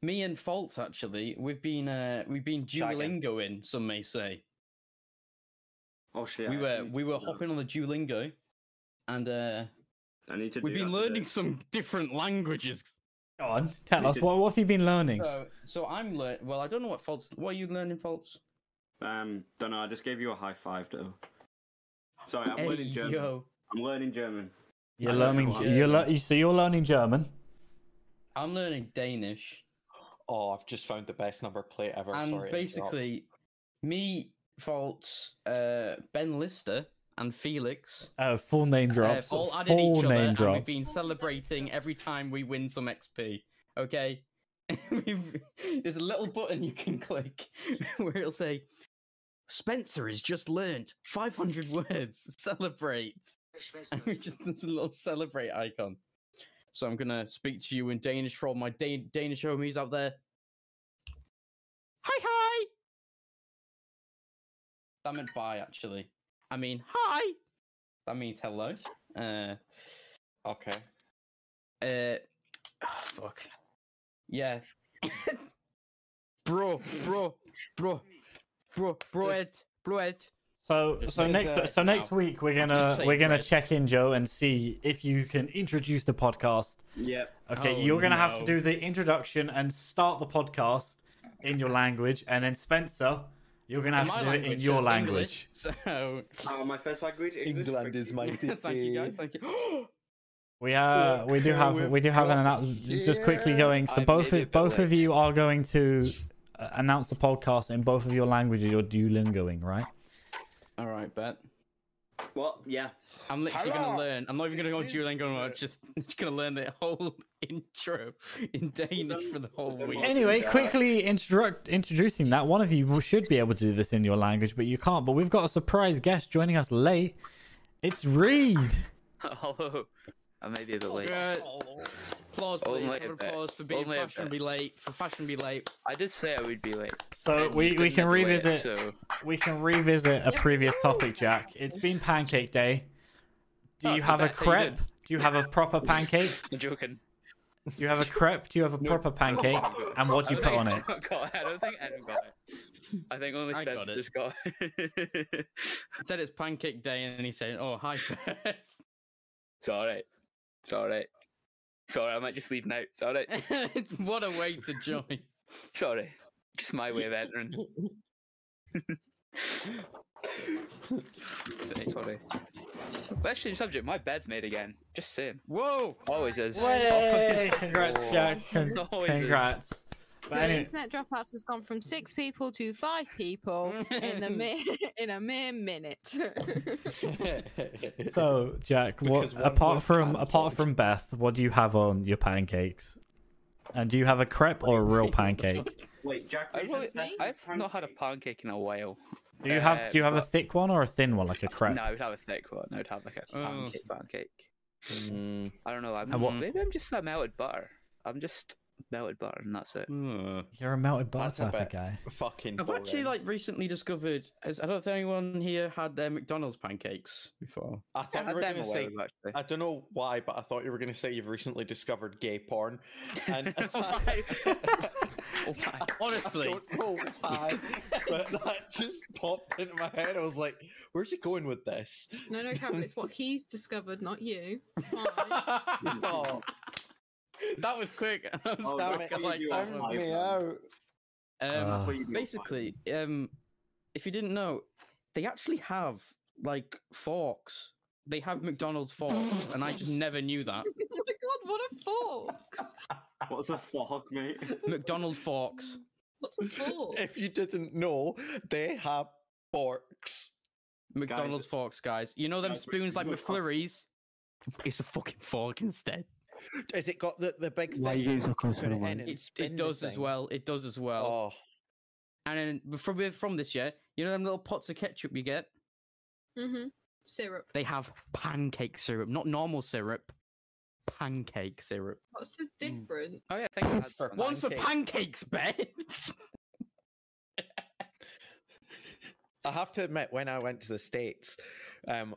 me and Faults actually, we've been uh, we've been Shagging. Duolingoing. Some may say Oh shit. we I were actually we were don't know. hopping on the Duolingo, and uh, I need to. we've do been that today. learning some different languages. Go on, tell We us could- what what have you been learning? So, so I'm learn. Well, I don't know what faults. What are you learning faults? Um, don't know. I just gave you a high five though. Sorry, I'm learning German. yo, I'm learning German. You're uh, I don't learning. know Ge- what- You're lear- so you're learning German. I'm learning Danish, Oh, I've just found the best number plate Oh, ever. and Sorry, it dropped. basically, me, faults, uh, Ben Lister, and Felix. Uh, full name Uh, drops. all added full each other, name and drops. we've been celebrating every time we win some XP. Okay, We've- there's a little button you can click where it'll say Spencer has just learned 500 words. Celebrate. And we just there's a little celebrate icon. So I'm gonna speak to you in Danish for all my Dan- Danish homies out there. Hi hi. That meant bye, actually. I mean hi. That means hello. Uh, Okay. uh, oh, fuck. Yeah. bro, bro, bro, bro, bro, it, bro, it. So Just so as, next uh, so next now. week we're gonna Just say we're gonna bread. check in Joe and see if you can introduce the podcast. Yeah. Okay, Oh, you're gonna have to no. do the introduction and start the podcast in your language, and then Spencer, you're gonna have My to do it in language your is language. English, so Oh, Uh, my first language, English. England is thank my city. thank you guys, thank you. We uh we do Okay, have Oh, we've we do have an got announcement. Just quickly here going. So an both of idiot both of village. you are going to uh, announce the podcast in both of your languages. You're Duolingoing, right? all right, bet. What? Yeah. I'm literally Hello. gonna learn. I'm not even gonna go on This is Duolingo. I'm the- just just gonna learn the whole intro in Danish for the whole Don't week. worry. Anyway, Yeah. quickly introduct introducing that one of you should be able to do this in your language, but you can't. But we've got a surprise guest joining us late. It's Reed. Oh, I may be a bit late. Uh, applause, please. Only a Have an bit. applause for being Only a bit. fashionably late. For fashionably late. I did say I would be late. So and Uh, we, you we didn't can do it, revisit so we can revisit a Yeah, previous yeah. topic, Jack. It's been Pancake Day. Do Oh, you so have a that's how you crepe? Do did. you have a proper pancake? I'm joking. Do you have a crepe? Do you have a proper pancake? And what do you I put on don't it? think anyone got it. I don't think anyone got it. I think only I Spencer got it. just got it. Said it's pancake day, and he said, "Oh, hi." Beth." it's alright. It's alright. Sorry, I might just leave now. It's alright. what a way to join. Sorry. Just my way of entering. Sorry. But actually, subject, my bed's made again. Just saying. Whoa! Always is. Way! Congrats, Jack. Con- Always is. congrats. So But the anyway, internet dropouts has gone from six people to five people in the mere in a mere minute. so Jack, what Because one apart was from apart cancelled. from Beth, what do you have on your pancakes? And do you have a crepe or a real pancake? Wait, Jack. I really, Excuse me? I've not had a pancake in a while. Do you have do you have Uh, a thick one or a thin one like a crepe? No, I would have a thick one. I would have like a Oh. pancake pancake. Mm, I don't know. I'm, And what- maybe I'm just a melted butter. I'm just melted butter, and that's it. Hmm. You're a melted butter That's a type of bit- guy. fucking. I've actually boring. like recently discovered. as- I don't think anyone here had their McDonald's pancakes before. I I thought you had were them gonna away, say. actually. I don't know why, but I thought you were gonna say you've recently discovered gay porn. And Why? Oh my. I Honestly, don't know why, but that just popped into my head. I was like, "Where's he going with this?" no, no, Cameron, it's what he's discovered, not you. It's fine. Oh, that was quick. That was Oh, so that quick, I gave like you that a one. high. found me out. Um, Ah. basically, um, if you didn't know, they actually have like forks. They have McDonald's forks, and I just never knew that. oh my god, what a fox! What's a fog, mate? McDonald's forks. What's a fox? If you didn't know, they have forks. McDonald's forks, guys. You know them guys, we- spoons like we- McFlurries? It's a fucking fork instead. Has it got the, the big thing? Why you guys not close Put to the it mic? in and It, spin it the does as thing. well. It does as well. Oh, And then from with- from this year, you know them little pots of ketchup you get? Mm-hmm. Syrup. They have pancake syrup, not normal syrup. Pancake syrup. What's the difference? Oh yeah, I think I had For one. One's for Pancake. pancakes, Ben. I have to admit, when I went to the states, um,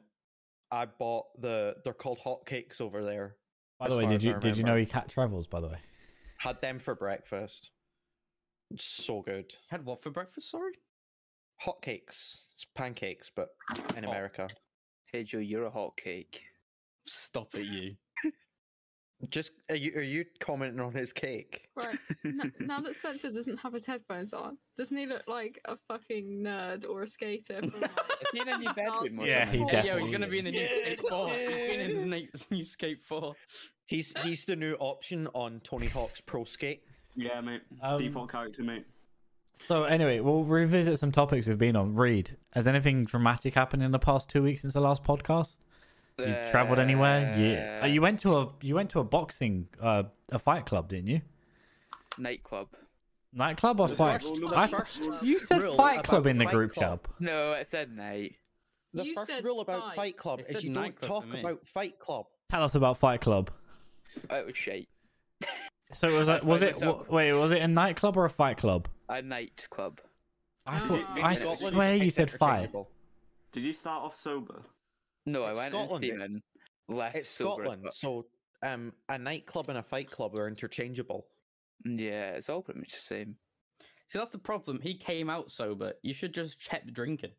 I bought the. They're called hotcakes over there. By the as way, far did as I you did you know remember. he cat travels? By the way, Had them for breakfast. So good. Had what for breakfast? Sorry. Hotcakes. It's pancakes, but in Hot. America. Hey Joe, you're a hot cake. Stop it, you. Just are you are you commenting on his cake? Right. N- now that Spencer doesn't have his headphones on, doesn't he look like a fucking nerd or a skater? From, like, He in a new bedroom or Yeah, he something? did. Hey, yo, Definitely he's gonna be in the new skate Yeah, four. He's been in the next new skate four. He's he's the new option on Tony Hawk's Pro Skate. Yeah, mate. Um, Default character, mate. So anyway, we'll revisit some topics we've been on. Reed, has anything dramatic happened in the past two weeks since the last podcast? You travelled anywhere? Yeah. Oh, Uh, you went to a you went to a boxing uh, a fight club, didn't you? nightclub. Nightclub or The fight? first- Club? the I- first you said rule fight about club in the Fight group Club. chat. No, it said night. The You first said rule about fight. Fight Club It is said you don't nightclub for talk me. about Fight Club. Tell us about Fight Club. Oh, it was shite. So it was I a, was find it this out. w- wait was it a nightclub or a fight club? A nightclub. I Uh, thought in I Scotland, swear you it's said fight. interchangeable. Did you start off sober? No, It's I went Scotland, into it's- and left. It's sober as Scotland, fuck. so um, a nightclub and a Fight Club are interchangeable. Yeah, it's all pretty much the same. See, that's the problem. He came out sober. You should just kept drinking.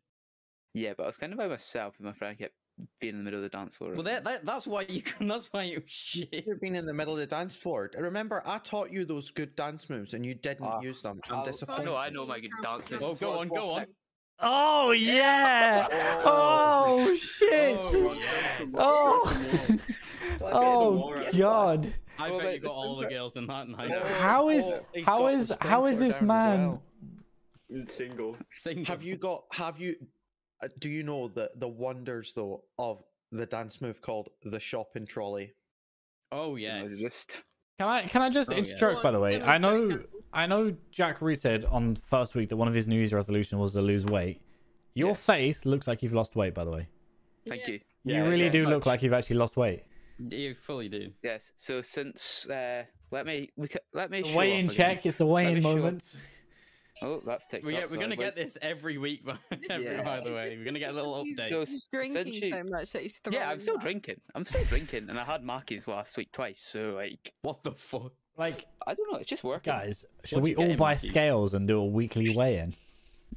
Yeah, but I was kind of by myself, and my friend kept being in the middle of the dance floor. Well, that, that that's why you that's why you shit. You've been in the middle of the dance floor. And Remember, I taught you those good dance moves, and you didn't Ah, use them. I'm I'll- disappointed. No, I know my good dance moves. Oh, go on, go on. Oh yeah! Oh shit! Oh, Oh, War oh Effort. god! I Well, bet wait, you got this all the one- girls in that night. Oh, How is oh, he's how got is the how is sprinkler this down as man? well. Single. Sing Have you got? Have you? uh, Do you know the the wonders though of the dance move called the shopping trolley? Oh And I yeah. was just- Can I can I just Oh, yeah. interject by the way? I know I know Jack Reed said on first week that one of his New Year's resolution was to lose weight. Your Yes. face looks like you've lost weight, by the way. Thank Yeah. you. you Yeah, really yeah, do much. look like you've actually lost weight. You fully do. Yes. So since uh, let me look at, let me The show weigh in off again. check. It's the weigh Let in me show off. moments. Oh, that's TikTok. We get, we're sorry, gonna wait. get this every week, by, every, Yeah. by the way. We're gonna get a little He's update. So He's drinking essentially- so much that he's throwing Yeah, I'm still up. drinking. I'm still drinking, and I had Marky's last week twice. So like, What the fuck? Like I don't know. It's just working. guys, should What'd we you get all him, buy Matthew? scales and do a weekly weigh in?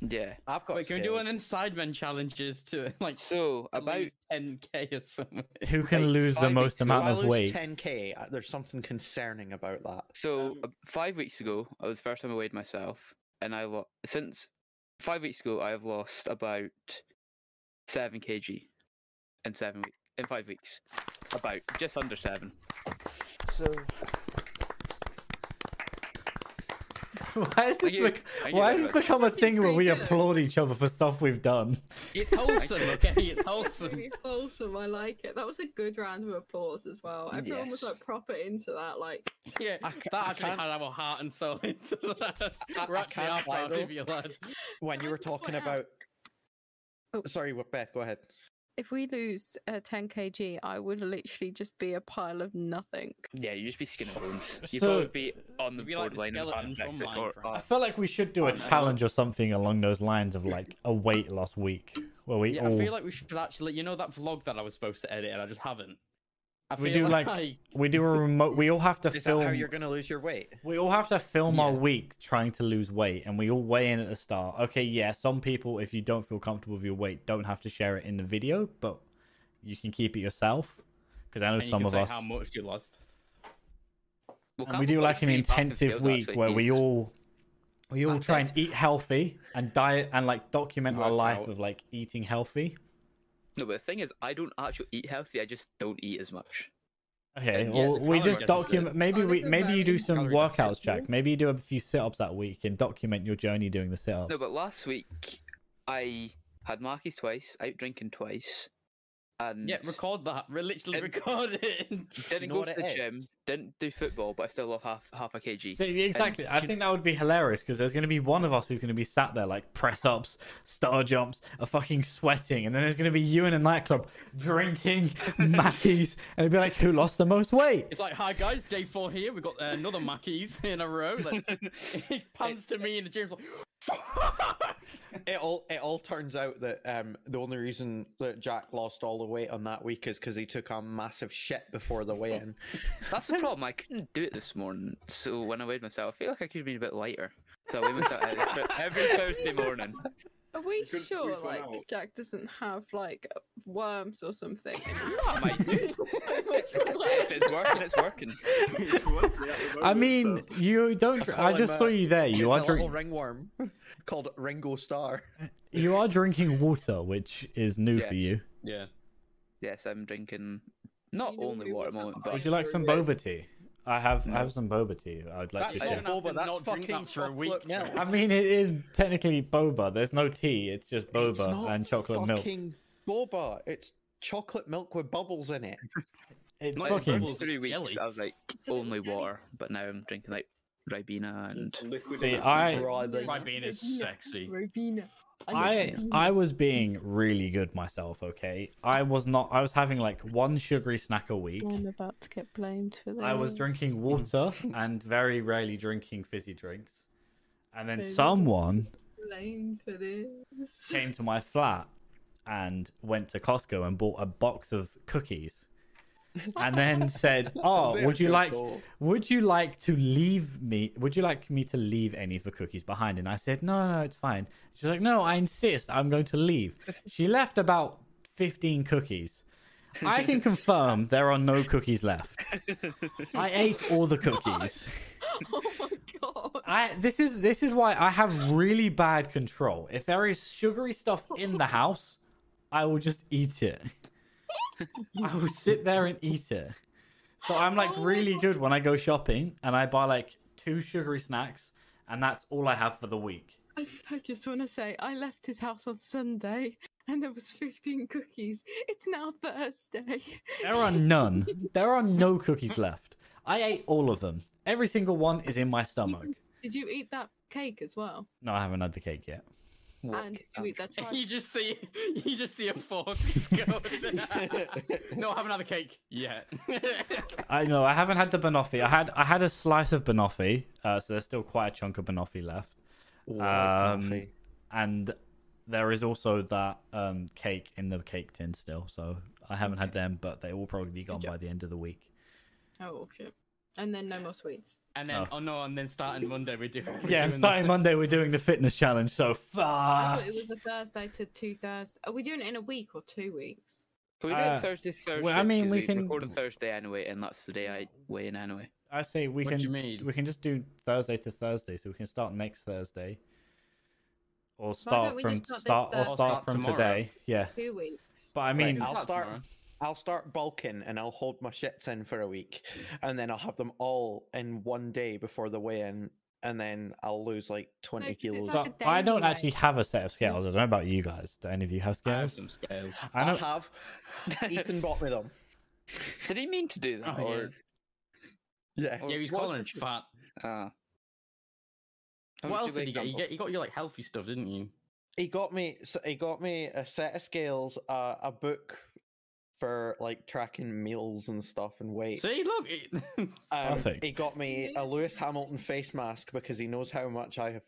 Yeah. I've got. Wait, can we do scales. one in Sidemen challenges to like So about lose 10k or something? Who can Like, lose the five most weeks If amount I of lose weight? ten k, uh, there's something concerning about that. so Um, uh, five weeks ago, I was the first time I weighed myself, and I lost since five weeks ago. I have lost about seven kg in seven weeks. In five weeks, about just under seven. So Why is this, you- bec- thank you why very has this much. become a Fucking thing where we freak out. applaud each other for stuff we've done? It's wholesome, okay? It's wholesome. Really wholesome. I like it. That was a good round of applause as well. Everyone was Yes. like proper into that. Like, Yeah, I ca- that I actually can't- had our heart and soul into that. I- We're I actually can't are lie, proud though. of you, lads. When you I were just want talking out. about. Oh. Sorry, what- Beth. Go ahead. If we lose uh, 10 kg, I would literally just be a pile of nothing. yeah, you just be skin and bones. You So- would be on the You'd be like the borderline of skeleton from anorexic or, Minecraft. I or feel like we should do a challenge or something along those lines of like a weight loss week where we Yeah, all I feel like we should actually. You know that vlog that I was supposed to edit and I just haven't. I We feel do, like- we do a remote. We all have to Is that how film. you're going to lose your weight? We all have to film our Yeah. week trying to lose weight, and we all weigh in at the start. Okay, yeah, some people, if you don't feel comfortable with your weight, don't have to share it in the video, but you can keep it yourself. Because I know and you some can of say us. how much you lost. Well, and we Campbell do got like an three baths and intensive scales, week actually. where He's we all we all I try and did. eat healthy and diet and like document our Work life out. of like eating healthy. No, but the thing is, I don't actually eat healthy. I just don't eat as much. Okay, yeah, well, it's a we calorie just deficit. document. Maybe Oh, we look at maybe that, you do it's some calorie workouts, deficit. Jack. Maybe you do a few sit ups that week and document your journey doing the sit ups. No, but last week I had Marky's twice, out drinking twice, and Yeah, record that. Re- literally And- record it. didn't know go what to it the is? gym, didn't do football, but I still lost half half a kg. See, exactly. I she- think that would be hilarious because there's going to be one of us who's going to be sat there like press ups, star jumps, are fucking sweating, and then there's going to be you in a nightclub drinking Mackies, and it'd be like, who lost the most weight? It's like, hi guys, day four here. We've got uh, another Mackey's in a row. Let's... it pans to me in the gym. Like, It all it all turns out that um, the only reason that Jack lost all the weight on that week is because he took a massive shit before the weigh-in. That's the problem. I couldn't do it this morning, so when I weighed myself, I feel like I could have been a bit lighter. So I weigh myself every, every Thursday morning. Are we couldn't sure, squeeze one like, out. Jack doesn't have, like, worms or something? I might do. if it's working, it's working. I mean, you don't. Dr- I call just him saw a- you there. You It's are a little drink- ringworm called Ringo Starr. You are drinking water, which is new for Yes. you. yeah. Yes, I'm drinking not You know only we water at the want moment, that but Would you like some boba tea? I have. No. I have some boba tea. I would like. That's you to. not gonna have not to boba. That's not drink fucking that for a week. chocolate milk. I mean, it is technically boba. There's no tea. It's just boba It's not and chocolate milk. fucking milk. Boba. It's chocolate milk with bubbles in it. It's Not fucking. bubbles. three weeks Jelly. I was like It's a little only jelly. water, but now I'm drinking like Ribena and Liquid See, and I- Ribena. Ribena is sexy. Ribena. I I was being really good myself, okay? I was not I was having like one sugary snack a week. I'm about to get blamed for this. I was drinking water and very rarely drinking fizzy drinks. And then Fizzy. someone Blamed for this. came to my flat and went to Costco and bought a box of cookies. And then said, "Oh, would you like would you like to leave me would you like me to leave any of the cookies behind?" And I said, "No, no, it's fine." She's like, "No, I insist. I'm going to leave." She left about 15 cookies. I can confirm there are no cookies left. I ate all the cookies. oh my god. I this is this is why I have really bad control. If there is sugary stuff in the house, I will just eat it. I will sit there and eat it. So I'm like Oh my really good when I go shopping and I buy like two sugary snacks and that's all I have for the week. I, I just want to say, I left his house on Sunday and there was 15 cookies. It's now Thursday. There are none. There are no cookies left. I ate all of them. Every single one is in my stomach. Did you eat that cake as well? No, I haven't had the cake yet. and did you eat that You tri- just see, you just see a fork just go. no, I haven't had a cake yet. I know I haven't had the banoffee. I had I had a slice of banoffee, uh, so there's still quite a chunk of banoffee left. Um, and there is also that um, cake in the cake tin still. So I haven't had them, but they will probably be gone job. by the end of the week. oh, shit. And then no more sweets. and then, Oh. oh. no, and then starting Monday we do. we're Yeah, doing starting Monday we're doing the fitness challenge. So Ah. far, I thought it was a Thursday to two Thursday. Are we doing it in a week or two weeks? Can we do Uh, it Thursday, Thursday? well, I mean, 'Cause we can- record on Thursday anyway, and that's the day I weigh in anyway. I say we What can do you mean? we can just do Thursday to Thursday, so we can start next Thursday, or don't start we from just start this start or Thursday? start Start from tomorrow. today. Yeah, Two weeks. but I mean, I'll Not start. tomorrow. I'll start bulking and I'll hold my shits in for a week, and then I'll have them all in one day before the weigh-in, and then I'll lose like twenty 'cause it's kilos. like so a I don't daily actually rate. have a set of scales. I don't know about you guys. Do any of you have I have scales? some scales. I I know. have. Ethan bought me them. Did he mean to do that? Oh, yeah. or... Yeah. Or Yeah, he's what calling did it you- fat. Ah. How What much else did weigh, you get? You Campbell? get you got your like healthy stuff, didn't you? He got me. so He got me a set of scales, uh, a book for like tracking meals and stuff and weight. See, look, it- Um, Perfect. He got me a Lewis Hamilton face mask because he knows how much I have-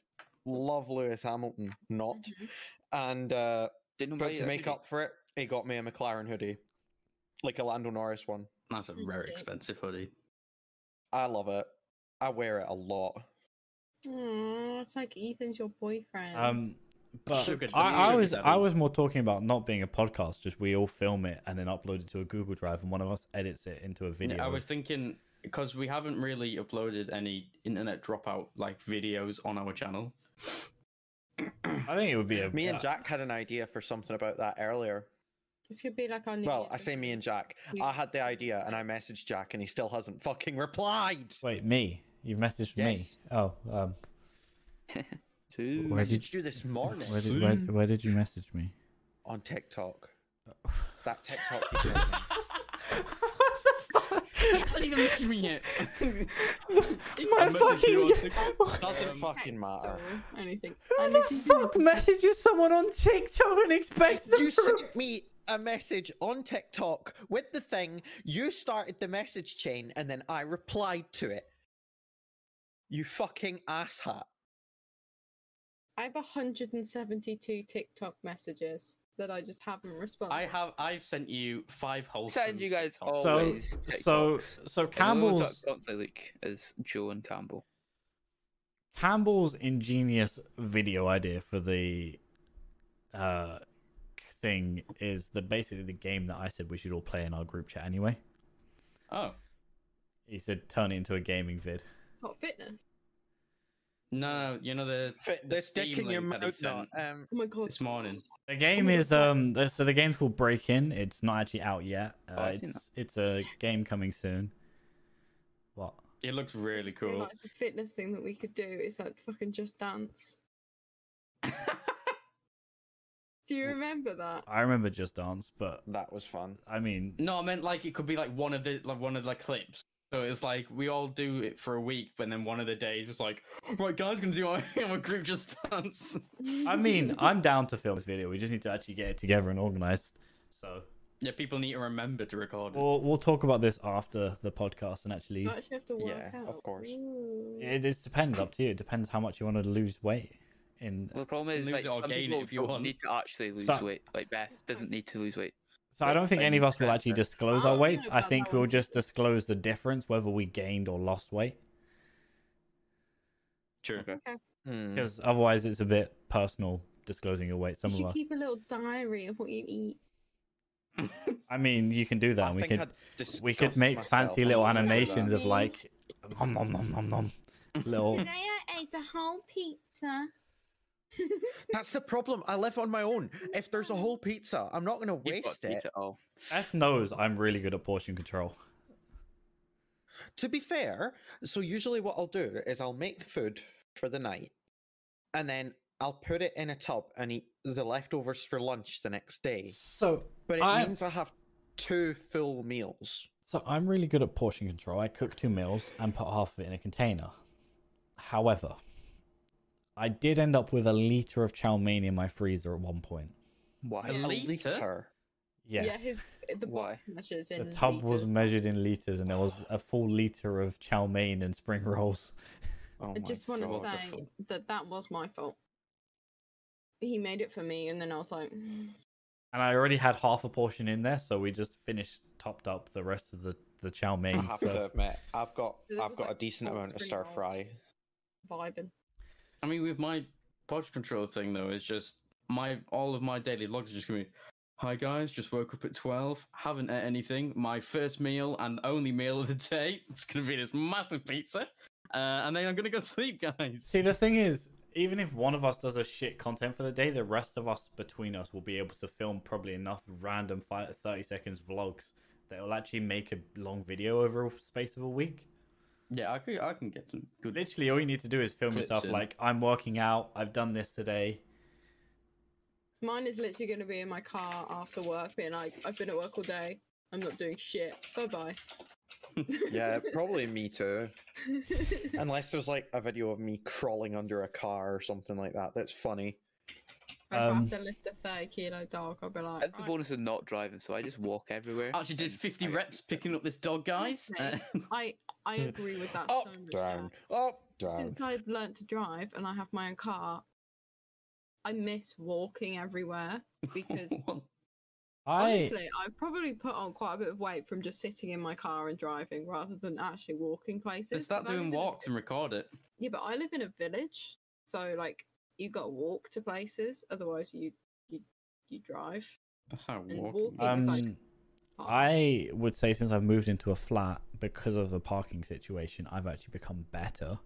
love Lewis Hamilton. Not, and uh, Didn't buy but to it, make did he? up for it, he got me a McLaren hoodie, like a Lando Norris one. that's a That's very okay. expensive hoodie. I love it. I wear it a lot. Aw, it's like Ethan's your boyfriend. Um, but Sugar daddy, I, I sugar was I daddy. was more talking about not being a podcast, just we all film it and then upload it to a Google Drive, and one of us edits it into a video. I was thinking because we haven't really uploaded any internet dropout like videos on our channel. I think it would be a uh, Me and Jack had an idea for something about that earlier. this could be like our new Well, Year's I say me and Jack. You- I had the idea and I messaged Jack and he still hasn't fucking replied. Wait, me? You messaged me? Yes. Oh, um, Two. Where did- messaged you this morning where did, where, where did you message me? on TikTok. That TikTok you sent me. That's not even mentioning it. My I messaged you on fucking. TikTok. Doesn't Um, fucking text matter. or anything. Who And the this is fuck messages someone on TikTok and expects them You to sent me a message on TikTok with the thing. You started the message chain and then I replied to it. You fucking asshat. I have 172 TikTok messages that I just haven't responded. I have. I've sent you five whole. Send you food guys TikToks. all So, always so, TikToks. so And the ones Campbell's that constantly leak is Joe and Campbell. Campbell's ingenious video idea for the uh thing is the basically the game that I said we should all play in our group chat anyway. Oh He said turn it into a gaming vid. Hot fitness. no, no, you know the Fit The the stick Steam in your link that he mouth. Not, sent. um, Oh my god. this morning. The game is um the- so the game's called Break In. It's not actually out yet. Uh, Oh, I've seen it's it's a game coming soon. What? It looks really cool. Realised the fitness thing that we could do is that fucking just dance. Do you remember that? I remember Just Dance, but that was fun. I mean no, I meant like it could be like one of the like one of the clips. So it's like we all do it for a week, but then one of the days was like, right, guys, gonna do our, our group just dance. I mean, I'm down to film this video. We just need to actually get it together and organized. So Yeah, people need to remember to record. It. we'll we'll talk about this after the podcast and actually You actually have to work Yeah, out. of course. Ooh. it, it depends up to you. It depends how much you want to lose weight in Well, the problem is Lose like it or some gain it people if you don't want. need to actually lose So- weight. Like Beth doesn't need to lose weight. So I don't think any of us will Yeah. actually disclose our Oh, weights. no, I but think that we'll would be just disclose the difference whether we gained or lost weight True. Okay. Hmm. because otherwise it's a bit personal disclosing your weight. Some you of should us. keep a little diary of what you eat. I mean, you can do that. I and we think could I'd we could make disgust fancy myself. little Yeah, animations of that'd be- like nom nom nom nom nom little. I ate a whole pizza. That's the problem. I live on my own. If there's a whole pizza, I'm not going to You've got waste to eat it. it all. F knows I'm really good at portion control. To be fair, so usually what I'll do is I'll make food for the night and then I'll put it in a tub and eat the leftovers for lunch the next day. So, But it I- means I have two full meals. so I'm really good at portion control. I cook two meals and put half of it in a container. However, I did end up with a liter of chow mein in my freezer at one point. Why Yeah. a Liter? liter? Yes. Yeah, his, the box measures in. The tub was liters. measured in liters, and there was a full liter of chow mein and spring rolls. Oh I just want to God. say that that was my fault. He made it for me, and then I was like, "Mm, And I already had half a portion in there, so we just finished topped up the rest of the the chow I mein. have to So admit, I've got So that I've was got like a decent all amount of spring stir rolls. fry. vibing. I mean, with my pod control thing though, it's just my all of my daily logs are just gonna be. Hi guys, just woke up at twelve. Haven't ate anything. My first meal and only meal of the day. It's gonna be this massive pizza, uh, and then I'm gonna go sleep, guys. see, the thing is, even if one of us does a shit content for the day, the rest of us between us will be able to film probably enough random fi thirty seconds vlogs that will actually make a long video over a space of a week. yeah, I can I can get some good. Literally, all you need to do is film Twitch yourself and- like I'm working out. I've done this today. Mine is literally going to be in my car after work, being like, I've been at work all day. I'm not doing shit. Bye bye. Yeah, probably me too. Unless there's like a video of me crawling under a car or something like that. That's funny. If I Um, have to lift a 30 kilo dog, I'll be like, That's the "Right, bonus of not driving, so I just walk everywhere. Actually, did and 50 I- reps picking up this dog, guys. Uh, I, I agree with that Up, so much. Jack. down, up, down. Since I've learnt to drive and I have my own car, I miss walking everywhere because I honestly, I've probably put on quite a bit of weight from just sitting in my car and driving rather than actually walking places. Let's start 'cause I doing live in a- walks and record it. Yeah, but I live in a village, so like you got to walk to places. Otherwise, you you you drive. That's how And walking. walking- works. it's like- Um, I would say since I've moved into a flat because of the parking situation, I've actually become better.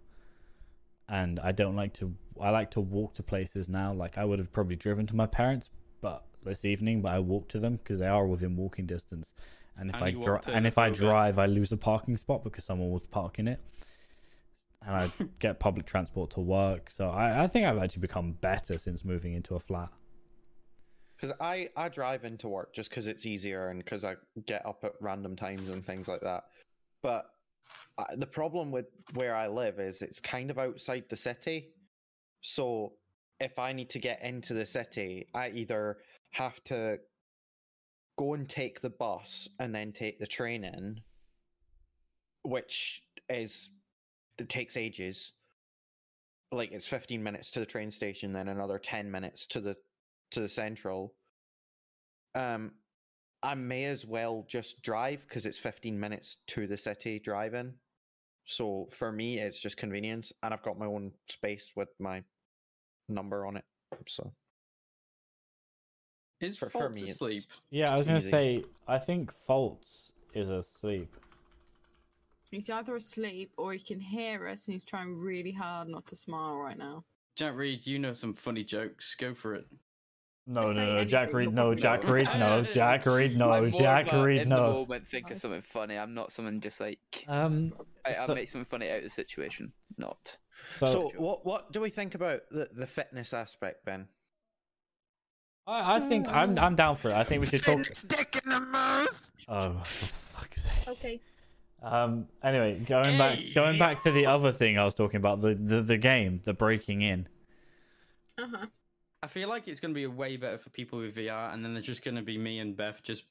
And I don't like to. I like to walk to places now. Like I would have probably driven to my parents, but this evening, but I walked to them because they are within walking distance. And if And I you drive, walked to and the if I Kroger. drive, I lose a parking spot because someone was parking it. And I get public transport to work, so I, I think I've actually become better since moving into a flat. Because I, I drive into work just because it's easier and because I get up at random times and things like that. But I, the problem with where I live is it's kind of outside the city. So if I need to get into the city, I either have to go and take the bus and then take the train in, which is it takes ages. Like it's 15 minutes to the train station, then another 10 minutes to the to the central. Um, I may as well just drive because it's 15 minutes to the city driving. So for me, it's just convenience, and I've got my own space with my number on it. So Is for- for, for me, to it's- sleep. Yeah, I was It's gonna easy. say. I think faults is asleep. He's either asleep or he can hear us, and he's trying really hard not to smile right now. Jack Reed, you know some funny jokes. Go for it. No, no, Just say no, Jack anything Reed, that no, would- Jack Reed, no, Jack Reed, no, I'm more Jack about Reed, in the no. moment think of something funny. I'm not someone just like Um, I, I so, make something funny out of the situation. Not so so what what do we think about the, the fitness aspect then? I, I think I'm I'm down for it. I think we should talk. in the mouth. Oh, for fuck's sake. Okay. Um. Anyway, going back, going back to the other thing I was talking about, the the, the game, the breaking in. Uh huh. I feel like it's going to be way better for people with VR, and then there's just going to be me and Beth just,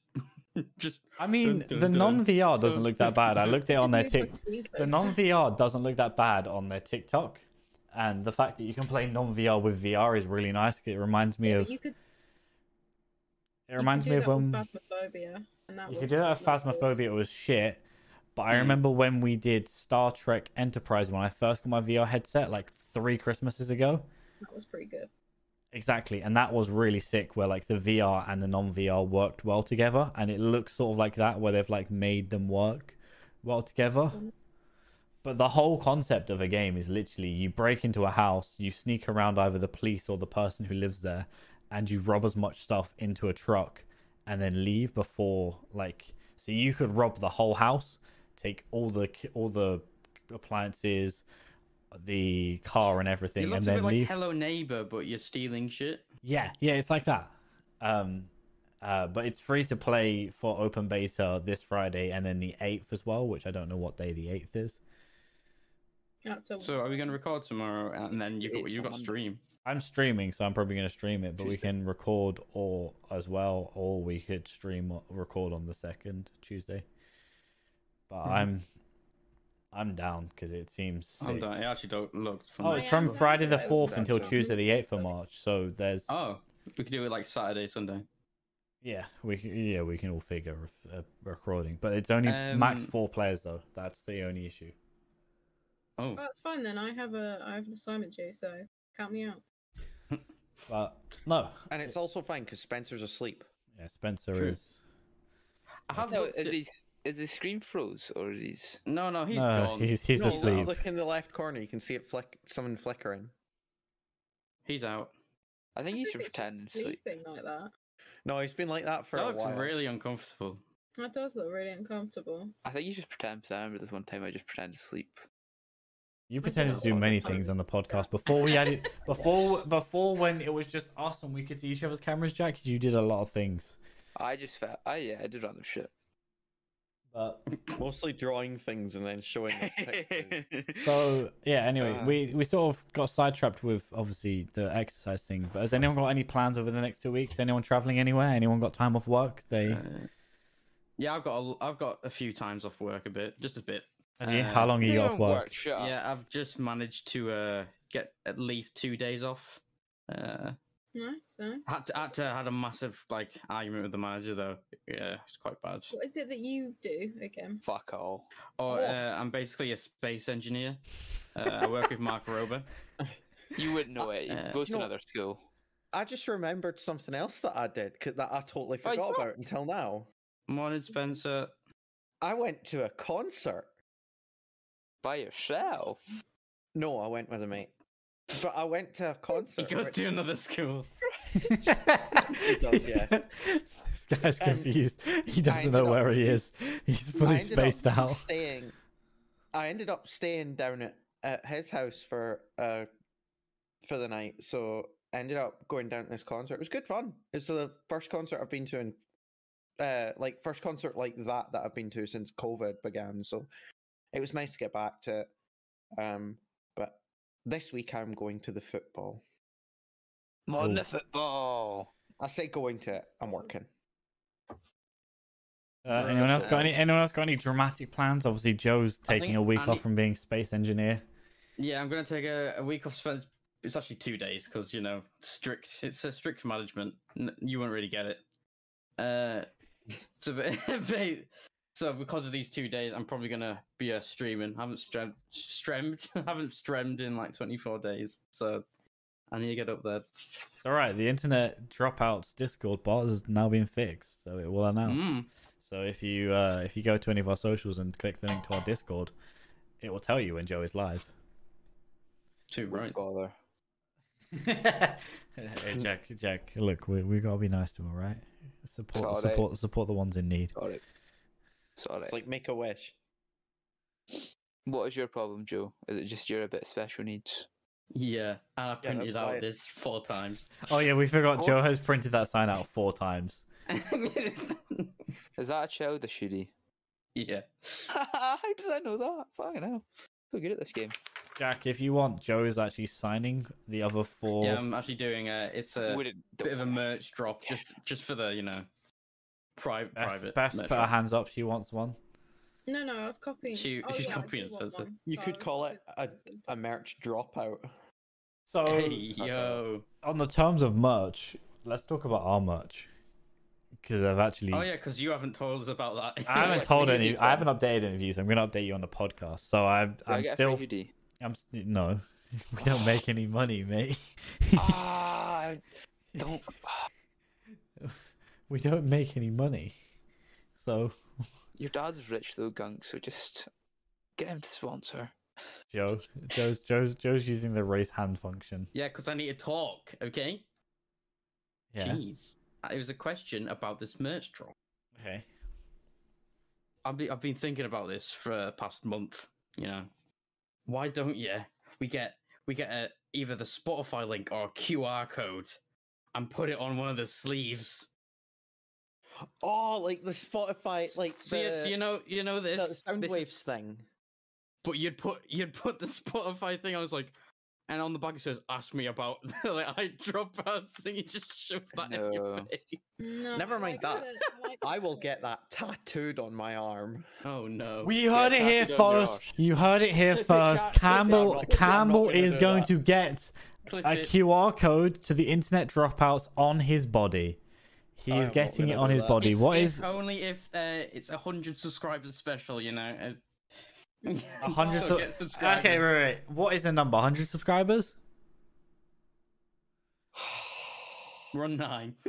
just. I mean, Dun, dun, the dun. non VR doesn't look that bad. I looked it on their tick. The The non VR doesn't look that bad on their TikTok, and the fact that you can play non VR with VR is really nice. 'cause It reminds me Yeah, of. but you could, it reminds me of when Phasmophobia. And that you was, could do that at that was- Phasmophobia. It was shit. But I remember when we did Star Trek Enterprise when I first got my VR headset, like three Christmases ago. That was pretty good. Exactly, and that was really sick. Where like the VR and the non VR worked well together, and it looks sort of like that where they've like made them work well together. But the whole concept of a game is literally you break into a house, you sneak around either the police or the person who lives there, and you rob as much stuff into a truck and then leave before like so you could rob the whole house, take all the all the appliances, the car and It everything, and looks a then bit like leave. Hello Neighbor, but you're stealing shit. Yeah, yeah, it's like that. Um, uh, but it's free to play for open beta this Friday and then the eighth as well, which I don't know what day the eighth is. That's a, So are we going to record tomorrow, and then you got you got stream? I'm streaming, so I'm probably going to stream it, but we can record or as well, or we could stream or record on the second Tuesday. But I'm, I'm down because it seems. Sick. I'm done. It actually don't look. Oh, fun. it's I from am down Friday the for it. fourth That's until fine. Tuesday the eighth of March. So there's. Oh, we could do it like Saturday, Sunday. Yeah, we c- yeah we can all figure a, a recording, but it's only max Um, four players though. That's the only issue. Oh, well, it's fine then. I have a I have an assignment due, so count me out. But no, And it's also fine because Spencer's asleep. yeah, Spencer True. is. I have No, looked is at- his is his screen froze or is he's no, no, he's no, gone. he's he's no, asleep. Look in the left corner. You can see it flick. Someone flickering. He's out. I think I he's think it's pretending just sleep. sleeping like that. No, he's been like that for That a while. looks really uncomfortable. That does look really uncomfortable. I think you just pretend. 'cause I remember this one time I just pretended to sleep. You don't pretended to know do what many the phone- things on the podcast before we added before before when it was just us and we could see each other's cameras. Jack, you did a lot of things, I just felt. I yeah, I did random shit. but Mostly drawing things and then showing us pictures. so yeah. Anyway, Uh. we we sort of got sidetracked with obviously the exercise thing. But has anyone got any plans over the next two weeks? Anyone traveling anywhere? Anyone got time off work? They Uh, yeah, I've got a, I've got a few times off work, a bit, just a bit. Have you- uh, how long are you You're off on work? shut up. Yeah, I've just managed to uh, get at least two days off. Uh, Nice, nice. had to, had to had a massive like argument with the manager though. Yeah, it's quite bad. What is it that you do again? Fuck all. Oh, uh, I'm basically a space engineer. Uh, I work with Mark Rober. You wouldn't know it. He uh, goes to no. another school. I just remembered something else that I did 'cause- that I totally Oh, you forgot forgot? about until now. Morning, Spencer. I went to a concert. By yourself. No, I went with a mate. But I went to a concert. He goes which- to another school. he does, yeah. this guy's And confused. He doesn't ended know up- where he is. He's I fully ended up spaced out. Staying, I ended up staying down at, at his house for uh for the night. So I ended up going down to this concert. It was good fun. It's the first concert I've been to in uh like first concert like that that I've been to since COVID began. So it was nice to get back to it. Um but this week I'm going to the football. Modern Ooh. football. I say going to it, I'm working. Uh, anyone else got any? Anyone else got any dramatic plans? Obviously, Joe's I taking think a week Andy- off from being space engineer. Yeah, I'm gonna take a, a week off. Spencer. It's actually two days because you know strict. It's a strict management. N- You won't really get it. Uh, so ba- ba- so because of these two days, I'm probably gonna be uh, streaming. I haven't strem- stremmed. I haven't stremmed in like 24 days. So I need to get up there. It's all right. The internet dropouts Discord bot has now been fixed, so it will announce. Hmm. Mm. So if you uh, if you go to any of our socials and click the link to our Discord, it will tell you when Joe is live. Too right. Bother. hey, Jack, Jack, look, we we gotta be nice to him, right? Support, eh? Sorry. support, support the ones in need. Sorry. Sorry. It's like make a wish. What is your problem, Joe? Is it just you're a bit special needs? Yeah, and I printed that's out why- this four times. Oh yeah, we forgot. What? Joe has printed that sign out four times. Is that a child issue? Yeah. How did I know that? Fucking hell. So good at this game. Jack, if you want, Joe is actually signing the other four. Yeah, I'm actually doing a. It's a Wouldn't Uh, do bit of a that. merch drop, just just for the you know, private Beth, private. Beth merch put her drop. hands up. She wants one. No, no, I was copying. She- oh, she's yeah, I copying do it, want that's it. one. You Sorry, could I was call it a, copying a merch dropout. So, Hey yo! on the terms of merch, let's talk about our merch because I've actually Oh yeah, because you haven't told us about that. I haven't Like, told we need any. to- I haven't updated any of you, so I'm going to update you on the podcast. So I'm, Do I I'm get a still, free hoodie? I'm s- no, we don't make any money, mate. ah, I don't. We don't make any money. So Your dad's rich though, Gunk. So just get him to sponsor. Joe, Joe's, Joe's, Joe's using the raise hand function. Yeah, because I need to talk. Okay. Yeah. Jeez. It was a question about this merch drop. Okay. I've been I've been thinking about this for the past month. You know, why don't you? We get we get a, either the Spotify link or a QR code, and put it on one of the sleeves. Oh, like the Spotify, like so, you- so the, you know you know the this this is- Soundwaves thing. but you'd put you'd put the Spotify thing. I was like, and on the back it says, "Ask me about." like I drop out, so you just shove that in your No. face. it. No, Never mind I that. got it, like- I will get that tattooed on my arm. Oh no! We heard it here Captain Joe first. Josh. You heard it here Clip it, Jack, first. clip it. I'm Campbell, not- Campbell I'm not gonna is do going that. to get Clip a it. QR code to the internet dropouts on his body. He I is am not getting it gonna on do his that. body. What If- is only if uh, it's a hundred subscribers special? You know, a a hundred? So sub- get subscribers. okay, right, right. What is the number? Hundred subscribers? run nine.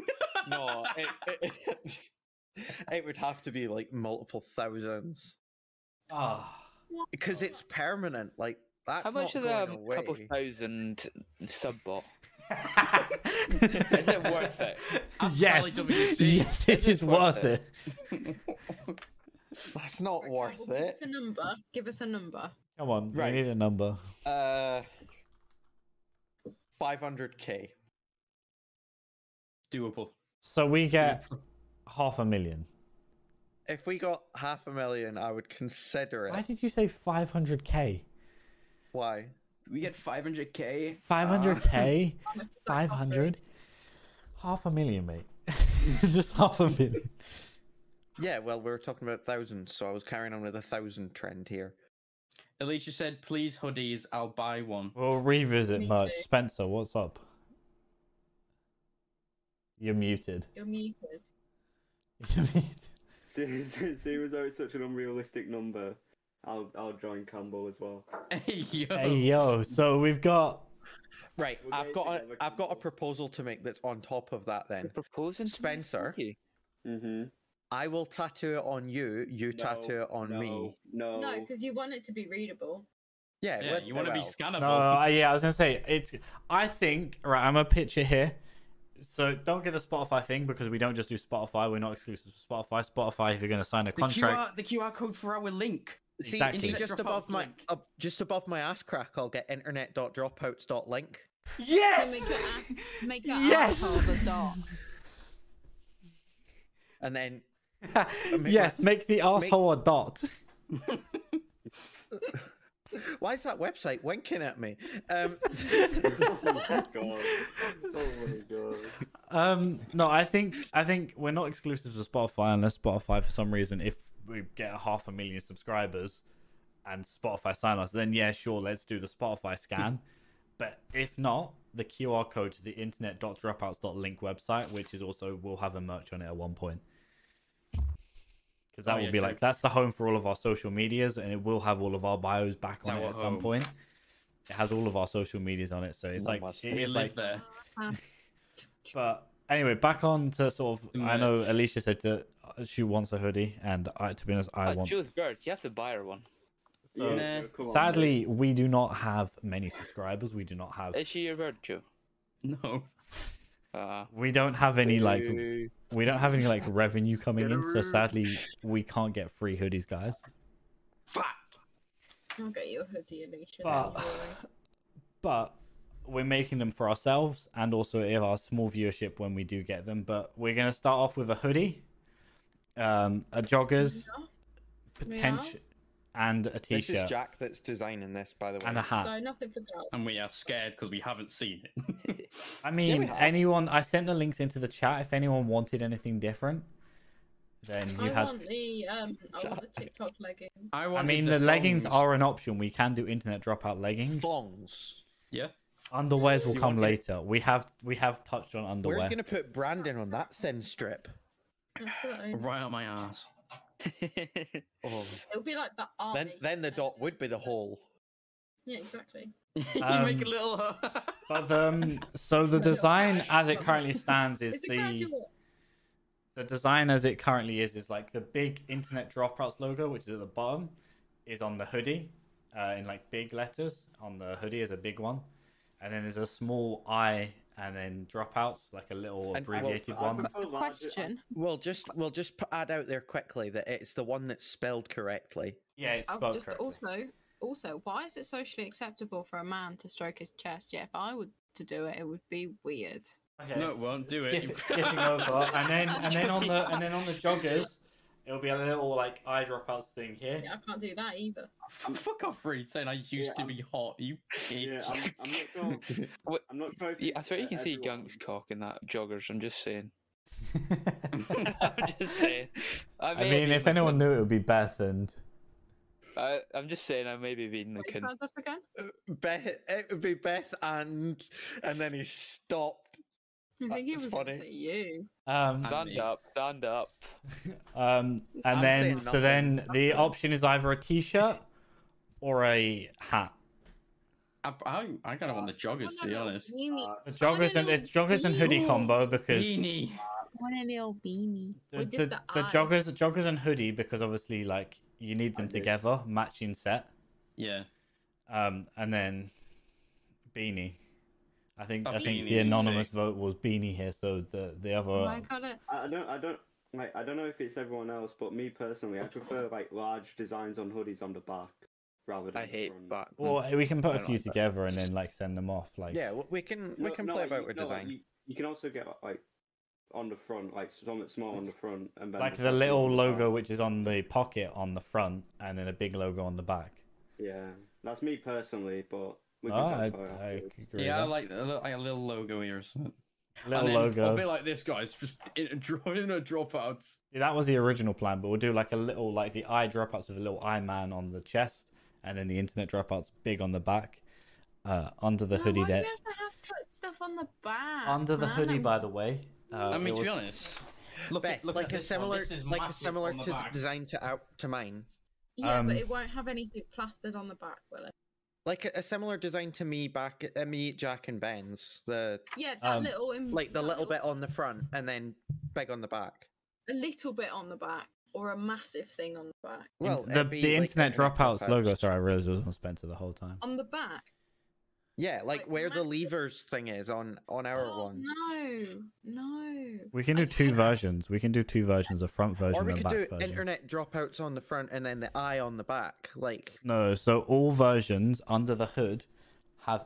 No, it, it, it would have to be like multiple thousands Ah, because it's permanent. Like that's How much not of going the um, away. couple thousand sub bot? Is it worth it? Ah. yes, Charlie WC. yes, it is worth it. That's not Right, worth Campbell, Give it. us a number. Give us a number. Come on, Right. we need a number. Uh, five hundred k. Doable. So we get half a million. If we got half a million, I would consider it. Why did you say five hundred k? Why? We get 500k. Five hundred k? That's Five hundred? Half a million, mate. Just half a million. Yeah, well, we were talking about thousands, so I was carrying on with a thousand trend here. Alicia said, "Please hoodies, I'll buy one." We'll revisit Me merch. too. Spencer, what's up? You're muted. You're muted. You're muted. Seeing seeing as though it's such an unrealistic number, I'll I'll join Campbell as well. Hey yo. Hey yo, so we've got Right, We'll get I've it got a, together, I've got a Campbell. proposal to make that's on top of that. Then You're proposing to me? Spencer. Thank you. Mhm. I will tattoo it on you. You No, tattoo it on no, me. No. No, Oh. because you want it to be readable. Yeah, Yeah, let- you want to be well, scannable. No, uh, yeah, I was gonna say it's. I think right. I'm a picture here, so don't get the Spotify thing because we don't just do Spotify. We're not exclusive to Spotify. Spotify, if you're gonna sign a the contract, QR the QR code for our link. See, Exactly. see Internet just dropouts above my link. uh, just above my ass crack, I'll get internet.dropouts.link. So yes, make your ass- make your Yes! asshole the dot. And then yes, make the asshole a dot. why is that website winking at me? Um, Oh God. Oh my god. Um, no, I think I think we're not exclusive to Spotify unless Spotify for some reason, if we get a half a million subscribers and Spotify sign us, then yeah, sure, let's do the Spotify scan. but if not, the QR code to the internet.dropouts.link website, which is also we'll have a merch on it at one point. Because that Oh, will yeah, be true. like that's the home for all of our social medias, and it will have all of our bios back on Our it at some home. point. It has all of our social medias on it, so it's One like must it We is like live there. but anyway, back on to sort of. The I know merch. Alicia said that she wants a hoodie, and I, to be honest, I Oh, want. Jules Bird, you have to buy her one. Yeah, Nah. Joe, come on, mate. Sadly, we do not have many subscribers. We do not have. Is she your bird, Joe? No. Uh, We don't have any like. Ooh. We don't have any like revenue coming Get a in, so room. sadly we can't get free hoodies, guys. Fuck. I'll get you a hoodie, Alicia. But but we're making them for ourselves and also if our small viewership when we do get them. But we're gonna start off with a hoodie, um, a joggers, potential and a This is t-shirt Jack that's designing this, by the way. and a hat. So nothing for girls. and we are scared because we haven't seen it. I mean, have. anyone. I sent the links into the chat. If anyone wanted anything different, then you I had. want the um, I want the TikTok legging. I, I wanted mean, the, leggings thongs. are an option. We can do internet dropout leggings. Thongs. Yeah. Underwears will You come want it? later. We have we have touched on We're underwear. going to put branding on that thin strip. That's what I mean. Right up my ass. Oh. It'll be like the army. Then, then the dot would be the hole. Yeah, exactly. you Um, make a little. But um, so the design as it currently stands is It's a the graduate. the design as it currently is is like the big internet dropouts logo, which is at the bottom, is on the hoodie, uh, in like big letters on the hoodie is a big one, and then there's a small I and then dropouts like a little And- well, abbreviated I one. prefer larger- Question. We'll just we'll just p- add out there quickly that it's the one that's spelled correctly. Yeah, it's I've spelled Oh, just correctly. also also why is it socially acceptable for a man to stroke his chest? Yeah, if I were to do it, it would be weird. Okay. No, it won't do Skip- it. Skipping over, and then and then on the and then on the joggers, it'll be a little like eye dropouts thing here. Yeah, I can't do that either. Fuck off, Reed, saying I used Yeah, to I'm- be hot. You Yeah, bitch. I'm, I'm not sure. What- I'm not sure if Yeah, I swear you uh, can see everyone- Gunk's cock in that joggers. I'm just saying. I'm just saying. I mean, if anyone knew it would be Beth, and I, I'm just saying I may be being the Wait, cunt. stand up again? Beth, it would be Beth and and then he stopped. I think he That's was gonna Uh, funny. say you. um, Stand me. up, stand up. um, and I'm then saying so then the option is either a t-shirt or a hat. I, I, I kind of want the joggers, to be honest. Beanie. Uh, The joggers and it's joggers and hoodie combo because Beanie. One a little beanie. the, Or the, just the the eye. joggers joggers and hoodie because obviously like you need them I do. together, matching set. Yeah. Um, and then Beanie. I think I think Beanie, the you anonymous say. vote was Beanie here, so the the other Oh, I got it. I I don't. I don't. Like, I don't know if it's everyone else, but me personally, I prefer like large designs on hoodies on the back rather than. I the hate Oh, front. back. Well, we can put I a don't few like that. together and then like send them off. Like Yeah, we- we can we No, can no, play like, about you- with no, like, design. you, you can also get like on the front, like something small on the front, and then like just the something little on the back. logo which is on the pocket on the front, and then a big logo on the back. Yeah, that's me personally, but we Oh, can Ah, talk I, about it I afterwards. agree. Yeah, I with like a little, like a little logo here or something. that. little and then I'll be logo. like this, guys. Just in a, dro- in a dropouts. Yeah, that was the original plan, but we'll do like a little like the eye dropouts with a little eye man on the chest, and then the internet dropouts big on the back, uh, under Oh, the No, hoodie. why do you There, have to have to put stuff on the back? under the man? hoodie, I'm- by the way. Uh, I mean, it to be was- honest, look, Beth, at, look like at a this one. similar This is like a massive similar on the to back. design to out to mine. Yeah, Um, but it won't have anything plastered on the back, will it? Like a, a similar design to me back uh, me Jack and Ben's the Yeah, that um, little im- like the that little bit on the front and then big on the back. a little bit on the back or a massive thing on the back. Well, Int- the, it'd be the like internet internet dropouts logo. dropouts. Sorry, I realized it was on Spencer the whole time. On the back. Yeah, like, Like, where the massive- levers thing is on on our Oh, one. no, no. We can do I two hate- versions. We can do two versions: a front version Or we and a back could do version. internet dropouts on the front and then the eye on the back. Like No, so all versions under the hood have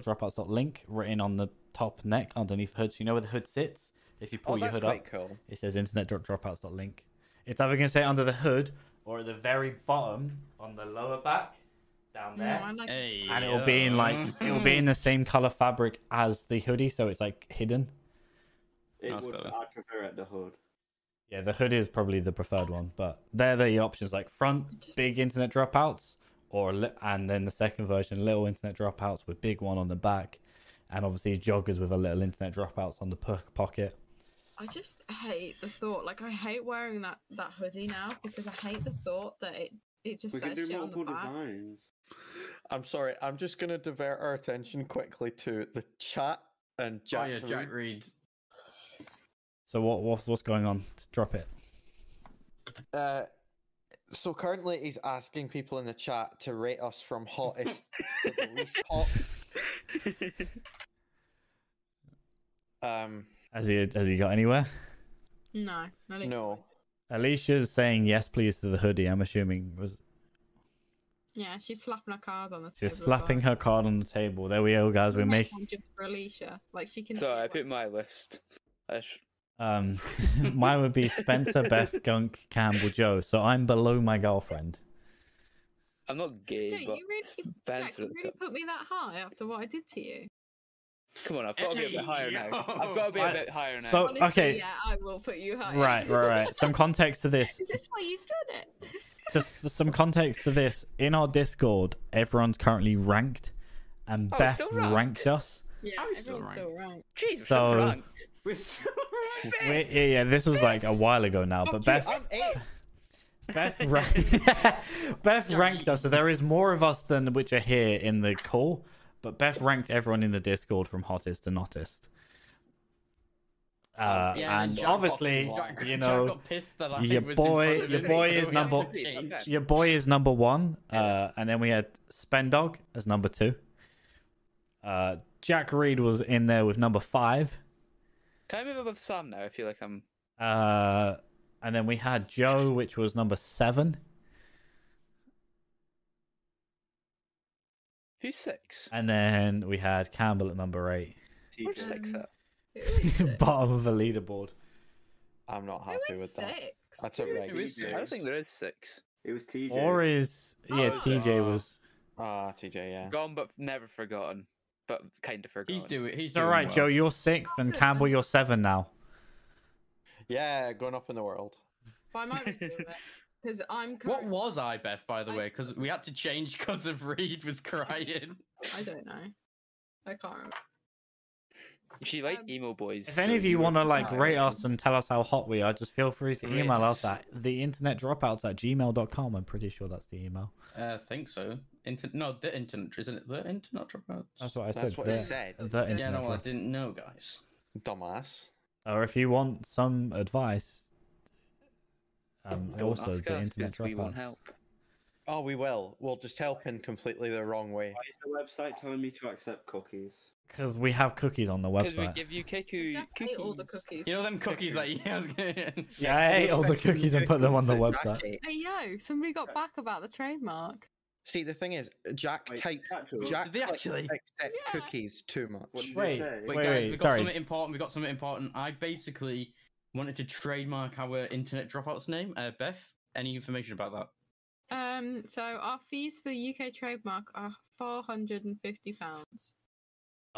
internet.dropouts.link written on the top neck underneath the hood. So you know where the hood sits. If you pull oh, your that's hood quite up, cool. it says internet.dropouts.link. It's either going to say under the hood or at the very bottom on the lower back down No, there. I like Hey, and it'll be in like it'll be in the same color fabric as the hoodie, so it's like hidden. It That's would, better. I prefer it at the hood. Yeah, the hood is probably the preferred one, but they're the options like front big internet dropouts, or li- and then the second version little internet dropouts with big one on the back, and obviously joggers with a little internet dropouts on the po- pocket. I just hate the thought. Like I hate wearing that that hoodie now because I hate the thought that it it just We can says do shit on the multiple back. designs. I'm sorry. I'm just gonna divert our attention quickly to the chat and Oh, Jack. yeah, Jack Reed. So what what's what's going on? Drop it. Uh, so currently he's asking people in the chat to rate us from hottest to the least hot. Um, Has he has he got anywhere? No, not it. no. Alicia's saying yes, please to the hoodie. I'm assuming was Yeah, she's slapping her card on the table. she's as slapping well. her card on the table. There we go, guys. We're Make making one just for Alicia. Like she can. So hear I what- put my list. I sh- Um, mine would be Spencer, Beth, Gunk, Campbell, Joe. So I'm below my girlfriend. I'm not Jack, gay, but you really, Ben's Jack, you really really put me that high after what I did to you. come on, I've got to be a bit higher now. yo. I've got to be I- a bit higher now. so- Honestly, okay. yeah, I will put you high. Right, right, right. Some context to this. Is this why you've done it? Just some context to this. In our Discord, everyone's currently ranked, and Oh, Beth still ranked. ranked. us. Yeah, I was still everyone's still right. Jesus, so- I'm ranked. We're so right. We- yeah, yeah. This was like a while ago now, but Beth, I'm eight. Beth, ra- Beth ranked us. So there is more of us than which are here in the call. But Beth ranked everyone in the Discord from hottest to nottest. Uh, Oh, Yeah, and Jack obviously, fucking- Jack- you Jack know, got pissed that I your was in boy- front of your him, boy so is we had number- to change. Okay. your boy is number one, uh, and then we had Spendog as number two. Uh, Jack Reed was in there with number five, Can I move above Sam now? I feel like I'm. uh, and then we had Joe, which was number seven, Who's six? and then we had Campbell at number eight, Where's six Um, at? Who is it? bottom of the leaderboard. I'm not Who happy is with that. six? I took Who Reg. is I it? don't think there is six. It was TJ. Or is yeah, Oh. TJ was. Ah, TJ, yeah. Gone but never forgotten. But kind of forgotten. He's doing. He's It's all right, Joe. doing You're sixth, and Campbell, you're seven now. Yeah, going up in the world. Why am I doing it? Because I'm. well. What current- was I, Beth? By the I- way, because we had to change because of Reed was crying. I don't know. I can't remember. She liked Um, emo boys. If so any of you were want to like fine. rate us and tell us how hot we are, just feel free to Rate email us us. at theinternetdropouts at gmail.com. I'm pretty sure that's the email. Uh, I think so. Inter- no, the internet isn't it? The internet dropouts. That's what I said. That's what the, it said. the Oh, Yeah, yeah, internet no, I drop- didn't know, guys. Dumbass. Or if you want some advice, um, Don't also ask the us, internet 'cause we won't dropouts. help. Oh, we will. We'll just help in completely the wrong way. Why is the website telling me to accept cookies? Because we have cookies on the Because we website. give you Kiku Jack ate all the cookies. You know them cookies that you was getting. Yeah, I ate all the cookies and put them on the website. Hey yo, somebody got back about the trademark. See, the thing is, Jack Wait, typed actually, Jack Did they typed actually? accept Yeah. cookies too What much. did Wait, it say? Wait, wait, guys, wait, we got sorry. something important. We got something important. I basically wanted to trademark our internet dropouts name. Uh, Beth, any information about that? Um, so our fees for the UK trademark are four hundred and fifty pounds.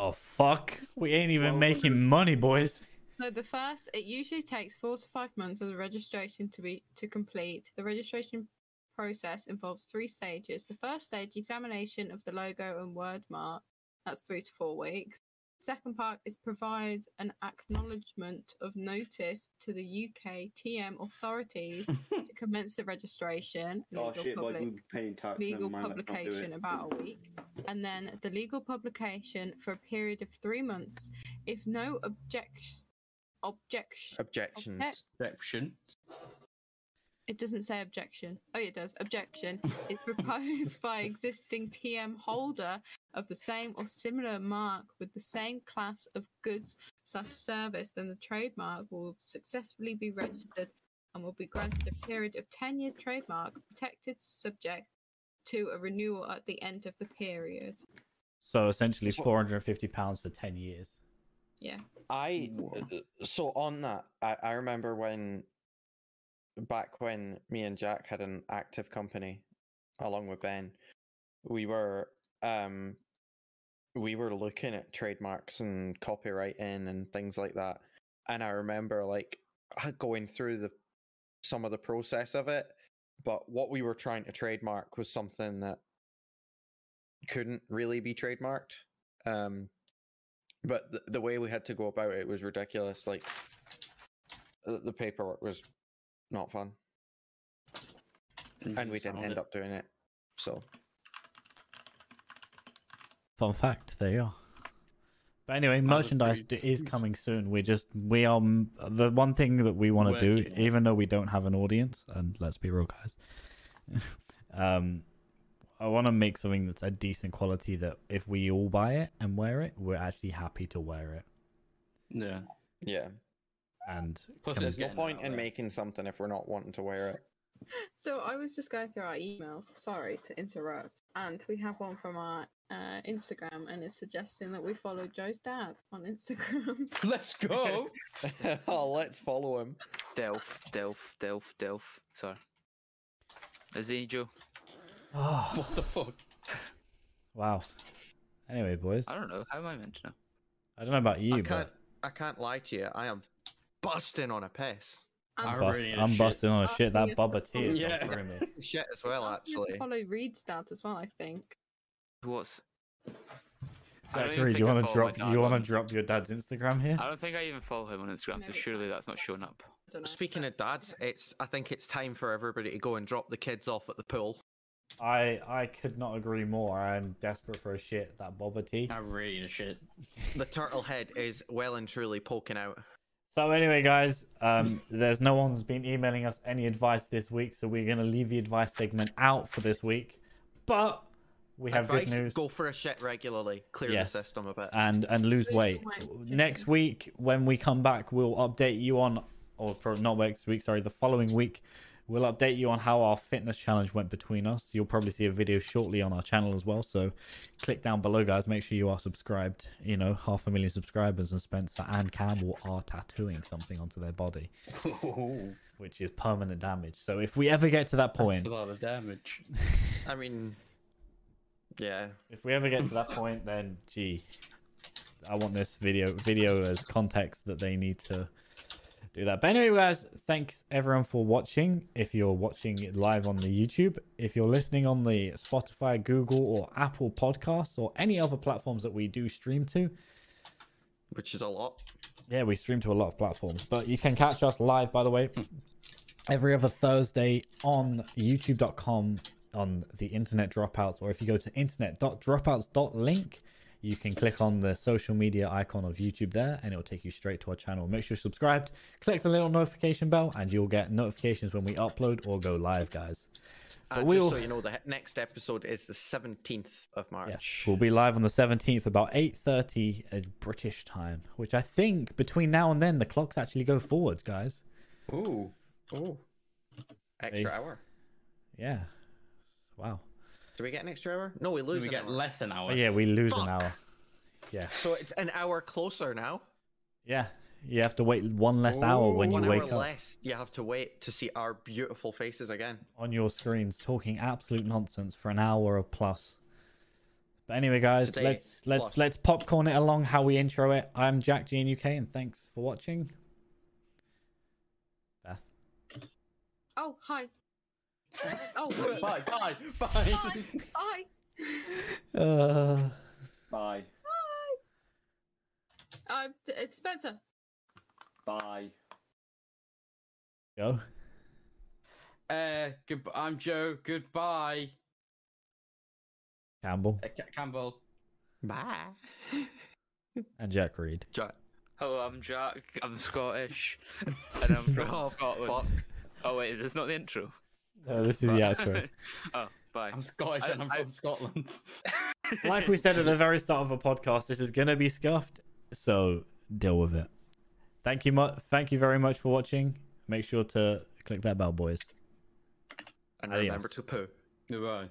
Oh, fuck. We ain't even Well, making money, boys. So the first, it usually takes four to five months of the registration to be to complete. The registration process involves three stages. The first stage, examination of the logo and word mark, that's three to four weeks. Second part is provide an acknowledgement of notice to the UK TM authorities to commence the registration. Oh legal shit, like public- we're paying tax. legal never mind, let's not do it. publication about a week, and then the legal publication for a period of three months. If no objection, objection, Objections. Direction. it doesn't say objection. Oh, it does. Objection is proposed by existing TM holder of the same or similar mark with the same class of goods slash service, then the trademark will successfully be registered and will be granted a period of 10 years trademark protected subject to a renewal at the end of the period. So essentially So- £450 for 10 years. Yeah. I uh, so on that, I, I remember when back when me and Jack had an active company along with Ben, we were um we were looking at trademarks and copywriting and things like that. And I remember like h- going through the some of the process of it, but what we were trying to trademark was something that couldn't really be trademarked. Um but the, the way we had to go about it was ridiculous. Like the, the paperwork was not fun, and we didn't Sound end it. up doing it. So Fun fact, there you are. But anyway, merchandise d- is coming soon. We're just we are m- the one thing that we want to do, Working on it. even though we don't have an audience. And let's be real, guys. um, I want to make something that's a decent quality that if we all buy it and wear it, we're actually happy to wear it. Yeah. yeah, And Plus can- it's there's no getting point out in there. making something if we're not wanting to wear it. So I was just going through our emails. Sorry to interrupt. And we have one from our uh, Instagram, and it's suggesting that we follow Joe's dad on Instagram. Let's go. oh, let's follow him. Delf, Delf, Delf, Delf. Sorry. Is he Joe? Oh, What the fuck? wow. Anyway, boys, I don't know. How am I meant to know? I don't know about I you, can't. but I can't lie to you. I am busting on a piss. And I I'm, really bust- need a I'm shit. busting on a shit. Asking That us Bubba to T is follow- yeah. through me. Shit as well, asking us to actually. follow Reed's dad as well, I think. What's. I don't even Zachary, do you think I want to follow my drop? dad You want on- to drop your dad's Instagram here? I don't think I even follow him on Instagram, so No. surely that's not showing up. I don't know. Speaking but- of dads, it's. I think it's time for everybody to go and drop the kids off at the pool. I I could not agree more. I'm desperate for a shit. That Bubba T. I really need a shit. The turtle head is well and truly poking out. So anyway, guys, um, there's no one's been emailing us any advice this week, so we're gonna leave the advice segment out for this week. But we have Advice, good news. Go for a shit regularly. Clear Yes. the system a bit. and and lose Lose weight. weight. Next week, when we come back, we'll update you on, or pro- not next week, sorry, the following week, we'll update you on how our fitness challenge went between us. You'll probably see a video shortly on our channel as well. So click down below, guys. Make sure you are subscribed. You know, half a million subscribers, and Spencer and Campbell are tattooing something onto their body, which is permanent damage. So if we ever get to that point, That's a lot of damage. I mean, yeah. if we ever get to that point, then gee, I want this video video as context that they need to do that. But anyway, guys, thanks everyone for watching. If you're watching it live on the YouTube, if you're listening on the Spotify, Google, or Apple podcasts, or any other platforms that we do stream to, Which is a lot. yeah, we stream to a lot of platforms, but you can catch us live, by the way, every other Thursday on youtube.com on the internet dropouts, or if you go to internet.dropouts.link, you can click on the social media icon of YouTube there and it'll take you straight to our channel. Make sure you're subscribed, click the little notification bell, and you'll get notifications when we upload or go live, guys. But And we'll- Uh, just so you know, the he- next episode is the 17th of March. Yes, we'll be live on the 17th about 8:30 at British time, which I think between now and then the clocks actually go forwards, guys. Ooh. Oh. Extra Hey. hour. Yeah. Wow. Do we get an extra hour? No, we lose We an get hour. less an hour. Oh, yeah, we lose Fuck. an hour. Yeah. So it's an hour closer now. Yeah. You have to wait one less hour when you One wake hour up less. You have to wait to see our beautiful faces again. on your screens talking absolute nonsense for an hour or plus. But anyway, guys, Today, let's let's plus. let's popcorn it along how we intro it. I'm Jack GNUK, and thanks for watching. Beth. Oh, hi. Oh, I mean, Bye, bye, bye. hi. Hi. Uh, Bye. Um, it's Spencer. Bye. go. Uh, good- I'm Joe. Goodbye. Campbell Uh, Ca- Campbell. Bye. and Jack Reed. Jack. Hello, I'm Jack. I'm Scottish. and I'm from Oh, Scotland. Oh, wait, it's not the intro. No, this is the Right. outro. oh, bye. I'm Scottish I- and I'm I- from Scotland. like we said at the very start of a podcast, this is gonna be scuffed, so deal with it. Thank you, mu- thank you very much for watching. Make sure to click that bell, boys. And Adios. remember to poo. Goodbye.